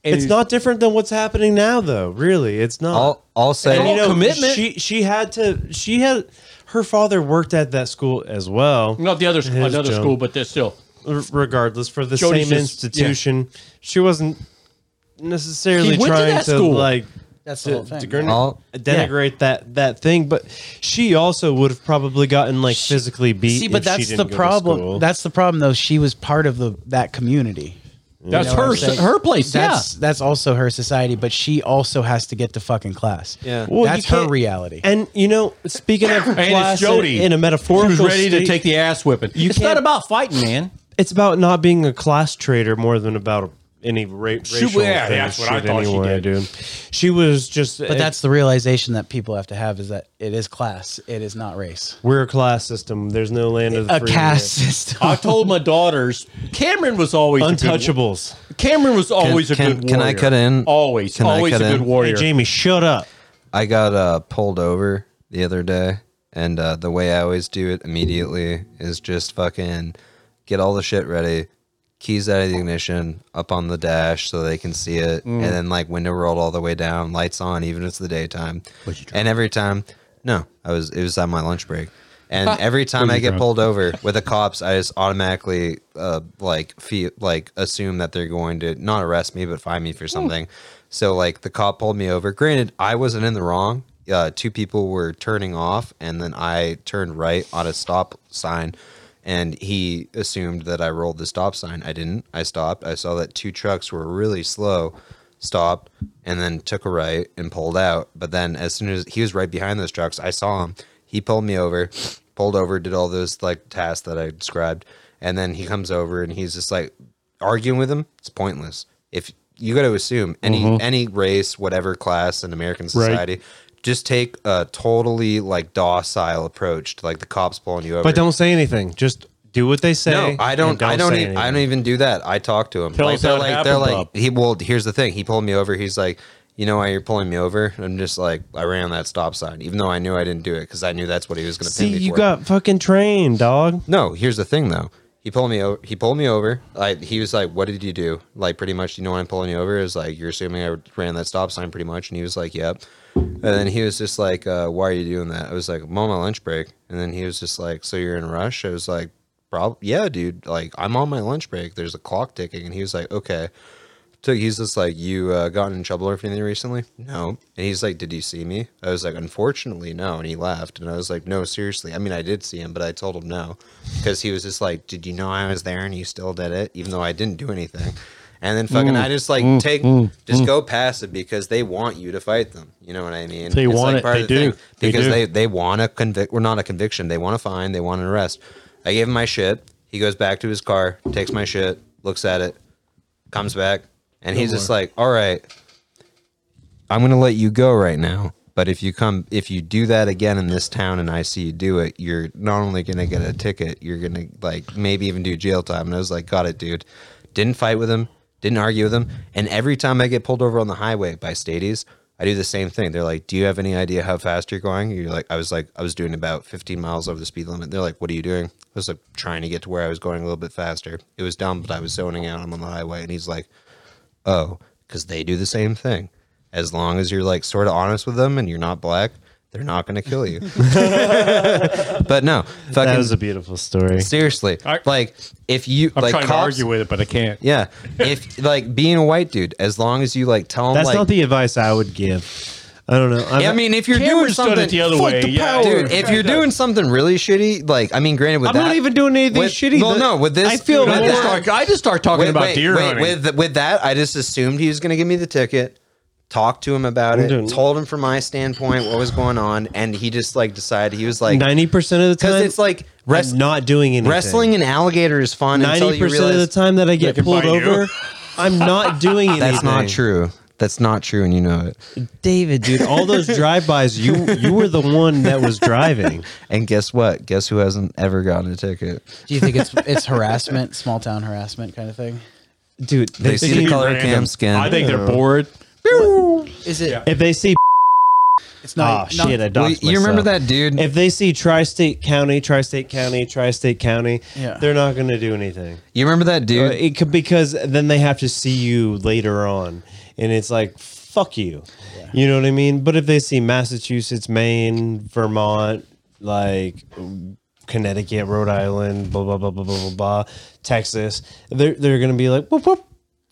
Speaker 4: and
Speaker 2: It's not different than what's happening now, though. Really, it's not.
Speaker 3: I'll I'll say
Speaker 4: And you know- commitment.
Speaker 2: She she had to. She had. Her father worked at that school as well.
Speaker 4: not the other sc-
Speaker 2: His
Speaker 4: another
Speaker 2: job.
Speaker 4: school, but they're still.
Speaker 2: r- regardless for the
Speaker 4: Jody's
Speaker 2: same
Speaker 4: just-
Speaker 2: institution. She wasn't necessarily
Speaker 4: He went to
Speaker 2: trying
Speaker 4: that
Speaker 2: to,
Speaker 4: school.
Speaker 2: like
Speaker 1: That's the
Speaker 2: to,
Speaker 1: whole thing,
Speaker 2: to
Speaker 1: yeah.
Speaker 2: gren-
Speaker 3: All-
Speaker 2: denigrate that that thing, but she also would have probably gotten like physically beat.
Speaker 1: See, but
Speaker 2: if she
Speaker 1: that's
Speaker 2: didn't
Speaker 1: the
Speaker 2: go to
Speaker 1: problem.
Speaker 2: school.
Speaker 1: That's the problem, though. She was part of the that community.
Speaker 4: That's
Speaker 1: know what
Speaker 4: her
Speaker 1: I'm saying?
Speaker 4: her place.
Speaker 1: That's that's also her society, but she also has to get to fucking class.
Speaker 3: Yeah.
Speaker 2: Well, you
Speaker 1: that's her
Speaker 2: can't-
Speaker 1: reality.
Speaker 2: And you know, speaking of
Speaker 4: it's
Speaker 2: class
Speaker 4: Jody.
Speaker 2: in, in a
Speaker 4: yeah.
Speaker 2: metaphorical,
Speaker 4: She was ready to
Speaker 2: state,
Speaker 4: take the ass whipping. it's
Speaker 2: can't-
Speaker 4: not about fighting, man.
Speaker 2: It's about not being a class traitor more than about. any ra- racial
Speaker 4: yeah,
Speaker 2: thing
Speaker 4: that's what
Speaker 2: shit
Speaker 4: I thought she
Speaker 2: anyway,
Speaker 4: did.
Speaker 2: dude. She was just, eh,
Speaker 1: but that's the realization that people have to have is that it is class, it is not race.
Speaker 2: we're a class system. There's no land of the
Speaker 1: A
Speaker 2: free.
Speaker 1: caste system.
Speaker 4: I told my daughters Cameron was always A
Speaker 2: untouchables.
Speaker 4: good, Cameron was always a
Speaker 3: can-
Speaker 4: good warrior.
Speaker 3: can I cut in?
Speaker 4: Always,
Speaker 3: Can I
Speaker 4: always
Speaker 3: cut
Speaker 4: a good
Speaker 3: in?
Speaker 4: warrior.
Speaker 2: Hey, Jamie, shut up.
Speaker 3: I got uh, pulled over the other day And uh, the way I always do it immediately is just fucking get all the shit ready, keys out of the ignition, up on the dash so they can see it, and then like window rolled all the way down, lights on, even if it's the daytime. And every time, no, I was it was on my lunch break. And every time I get pulled over with the cops, I just automatically uh, like feel like assume that they're going to not arrest me but find me for something. So like the cop pulled me over. Granted, I wasn't in the wrong. Uh, two people were turning off, and then I turned right on a stop sign and he assumed that I rolled the stop sign. I didn't. I stopped. I saw that two trucks were really slow, stopped, and then took a right and pulled out. But then as soon as he was right behind those trucks, I saw him. He pulled me over, pulled over, did all those like tasks that I described, and then he comes over and he's just like arguing with him. It's pointless. If you got to assume any any race, whatever class in American society. Just take a totally like docile approach to like the cops pulling you over.
Speaker 2: But don't say anything. Just do what they say.
Speaker 3: No, I
Speaker 2: and
Speaker 3: don't. I don't.
Speaker 2: say
Speaker 3: Even, I
Speaker 2: anything.
Speaker 3: don't even do that. I talk to him.
Speaker 4: Tell
Speaker 3: like
Speaker 4: us
Speaker 3: they're
Speaker 4: how it
Speaker 3: like they're
Speaker 4: happened,
Speaker 3: like
Speaker 4: Bob.
Speaker 3: he. Well, here's the thing. He pulled me over. He's like, you know why you're pulling me over? And I'm just like, I ran that stop sign, even though I knew I didn't do it because I knew that's what he was going to
Speaker 2: See,
Speaker 3: pin me
Speaker 2: you
Speaker 3: for.
Speaker 2: got fucking trained, dog.
Speaker 3: No, here's the thing though. He pulled me over. He pulled me over. Like he was like, "What did you do?" Like pretty much, you know, why I'm pulling you over is like you're assuming I ran that stop sign, pretty much. And he was like, "Yep." And then he was just like, uh, "Why are you doing that?" I was like, "I'm on my lunch break." And then he was just like, "So you're in a rush?" I was like, "Prob yeah, dude. Like I'm on my lunch break. There's a clock ticking." And he was like, "Okay." So he's just like, you uh, gotten in trouble or anything recently? No. And he's like, did you see me? I was like, unfortunately, no. And he laughed. And I was like, no, seriously. I mean, I did see him, but I told him no. Because he was just like, did you know I was there and you still did it? Even though I didn't do anything. And then fucking, I just
Speaker 4: Mm,
Speaker 3: like take, just go past it because they want you to fight them. You know what I mean?
Speaker 4: They want
Speaker 3: like
Speaker 4: it.
Speaker 3: part of
Speaker 4: They
Speaker 3: the
Speaker 4: do.
Speaker 3: thing.
Speaker 4: They
Speaker 3: Because
Speaker 4: do.
Speaker 3: they, they want a convict. We're not a conviction. They want a fine. They want an arrest. I gave him my shit. He goes back to his car, takes my shit, looks at it, comes back, and he's just like, "All right, I'm gonna let you go right now. But if you come, if you do that again in this town, and I see you do it, you're not only gonna get a ticket, you're gonna like maybe even do jail time." And I was like, "Got it, dude." Didn't fight with him. Didn't argue with him. And every time I get pulled over on the highway by Stades, I do the same thing. They're like, "Do you have any idea how fast you're going?" You're like, "I was like, I was doing about 15 miles over the speed limit." They're like, "What are you doing?" I was like, "Trying to get to where I was going a little bit faster. It was dumb, but I was zoning out. I'm on the highway." And he's like, "Oh, because they do the same thing. As long as you're like sort of honest with them and you're not black, they're not going to kill you." but no,
Speaker 2: That
Speaker 3: fucking
Speaker 2: was a beautiful story.
Speaker 3: seriously,
Speaker 4: I-
Speaker 3: like if you
Speaker 4: I'm
Speaker 3: like
Speaker 4: trying to
Speaker 3: cops-
Speaker 4: argue with it, but I can't.
Speaker 3: yeah, if like being a white dude, as long as you like tell them
Speaker 2: That's
Speaker 3: like
Speaker 2: not the advice I would give. I don't know. I'm,
Speaker 3: I mean, if you're doing
Speaker 4: Cameron stood
Speaker 3: something,
Speaker 4: it the other way. yeah,
Speaker 3: dude, if you're doing something really shitty, like I mean, granted, with
Speaker 2: I'm
Speaker 3: that,
Speaker 2: not even doing anything
Speaker 3: with-
Speaker 2: shitty.
Speaker 3: Well,
Speaker 2: The-
Speaker 3: no, with this,
Speaker 2: I feel
Speaker 3: with
Speaker 4: I
Speaker 2: more-
Speaker 4: just
Speaker 3: this-
Speaker 4: start, I just start talking
Speaker 3: wait,
Speaker 4: about
Speaker 3: wait,
Speaker 4: deer
Speaker 3: wait,
Speaker 4: hunting.
Speaker 3: With with that, I just assumed he was going to give me the ticket. Talked to him about it.
Speaker 2: doing-
Speaker 3: Told him from my standpoint what was going on, and he just like decided he was like
Speaker 2: ninety percent of the
Speaker 3: because
Speaker 2: time
Speaker 3: it's like
Speaker 2: I'm
Speaker 3: wrestling.
Speaker 2: not doing anything.
Speaker 3: Wrestling an alligator is fun until
Speaker 2: ninety
Speaker 3: you
Speaker 2: percent
Speaker 3: realize
Speaker 2: of the time that I get
Speaker 4: can
Speaker 2: pulled
Speaker 4: find you.
Speaker 2: over, I'm not doing anything.
Speaker 3: that's not true. That's not true, and you know it.
Speaker 2: David. Dude, all those drive-bys, you you were the one that was driving.
Speaker 3: And guess what? Guess who hasn't ever gotten a ticket?
Speaker 1: Do you think it's it's harassment, small town harassment kind of thing?
Speaker 2: Dude, they,
Speaker 3: They see the
Speaker 2: see-
Speaker 3: color of
Speaker 4: Random.
Speaker 3: Cam's skin.
Speaker 4: I think they're bored.
Speaker 1: Is it?
Speaker 2: if they see.
Speaker 1: It's
Speaker 2: Oh
Speaker 1: not. not-
Speaker 2: shit! I
Speaker 3: Well,
Speaker 2: doxed
Speaker 3: you remember
Speaker 2: myself.
Speaker 3: that dude?
Speaker 2: If they see tri-state county, tri-state county, tri-state county,
Speaker 1: Yeah.
Speaker 2: they're not going to do anything.
Speaker 3: you remember that
Speaker 2: Uh,
Speaker 3: dude?
Speaker 2: It could because then they have to see you later on, and it's like fuck you. You know what I mean? But if they see Massachusetts, Maine, Vermont, like Connecticut, Rhode Island, blah blah blah blah blah blah, blah Texas, they're they're going to be like whoop whoop.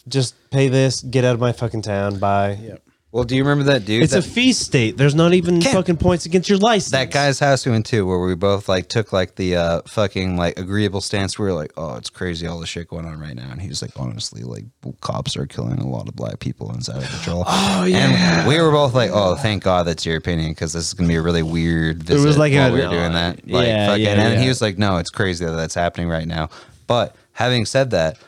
Speaker 2: Just pay this, get out of my fucking town, bye.
Speaker 3: Well, do you remember that dude?
Speaker 2: It's
Speaker 3: that,
Speaker 2: a fee state. There's not even fucking points against your license.
Speaker 3: that guy's house we went to where we both like took like the uh, fucking like agreeable stance. We were like, oh, it's crazy all the shit going on right now. And he was like, honestly, like cops are killing a lot of black people and it's out of control. Oh yeah. And we were both like, oh, thank God that's your opinion because this is gonna be a really weird visit.
Speaker 2: was like
Speaker 3: while
Speaker 2: a-
Speaker 3: we were doing that. Like,
Speaker 2: yeah,
Speaker 3: fucking,
Speaker 2: yeah,
Speaker 3: and
Speaker 2: yeah.
Speaker 3: he was like, no, it's crazy that that's happening right now. But having said that,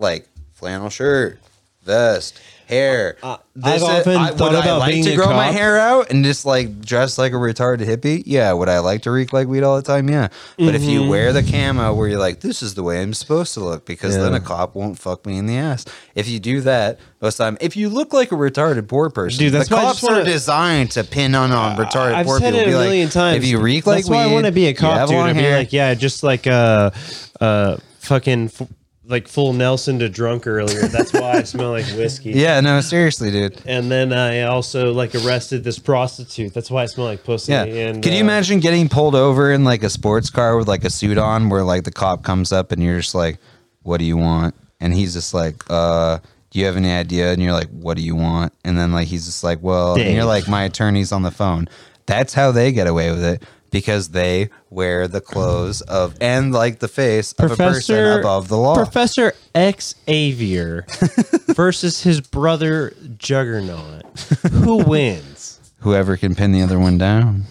Speaker 3: like flannel shirt, vest, hair. This
Speaker 2: Uh, I've
Speaker 3: is-
Speaker 2: often
Speaker 3: I-
Speaker 2: thought
Speaker 3: would I
Speaker 2: about
Speaker 3: like
Speaker 2: being
Speaker 3: to
Speaker 2: a
Speaker 3: grow my
Speaker 2: cop.
Speaker 3: hair out and just like dress like a retarded hippie. Yeah, would I like to reek like weed all the time? Yeah, but if
Speaker 2: Mm-hmm.
Speaker 3: you wear the camo where you're like, this is the way I'm supposed to look, because then
Speaker 2: Yeah.
Speaker 3: a cop won't fuck me in the ass. If you do that most of the time, if you look like a retarded poor person,
Speaker 2: Dude, that's
Speaker 3: the
Speaker 2: why I
Speaker 3: cops
Speaker 2: just wanna-
Speaker 3: are designed to pin on on retarded
Speaker 2: I've
Speaker 3: poor
Speaker 2: said
Speaker 3: people.
Speaker 2: it a
Speaker 3: Be like,
Speaker 2: million times.
Speaker 3: If you reek like
Speaker 2: that's
Speaker 3: weed,
Speaker 2: why I want to be a
Speaker 3: you
Speaker 2: cop,
Speaker 3: have
Speaker 2: dude.
Speaker 3: long
Speaker 2: And be
Speaker 3: hair.
Speaker 2: like, yeah, just like uh, uh, fucking f- like full Nelson to drunk earlier. That's why I smell like whiskey.
Speaker 3: yeah, no, seriously, dude.
Speaker 2: And then I also like arrested this prostitute. That's why I smell like pussy.
Speaker 3: Yeah.
Speaker 2: And
Speaker 3: Could you
Speaker 2: uh,
Speaker 3: imagine getting pulled over in like a sports car with like a suit on where like the cop comes up and you're just like, what do you want? And he's just like, uh, do you have any idea? And you're like, what do you want? And then like, he's just like, well, and you're
Speaker 2: Dave.
Speaker 3: like, my attorney's on the phone. That's how they get away with it because they wear the clothes of and like the face of a person
Speaker 2: Professor
Speaker 3: above the law.
Speaker 2: Professor X Avier versus his brother Juggernaut. Who wins?
Speaker 3: Whoever can pin the other one down.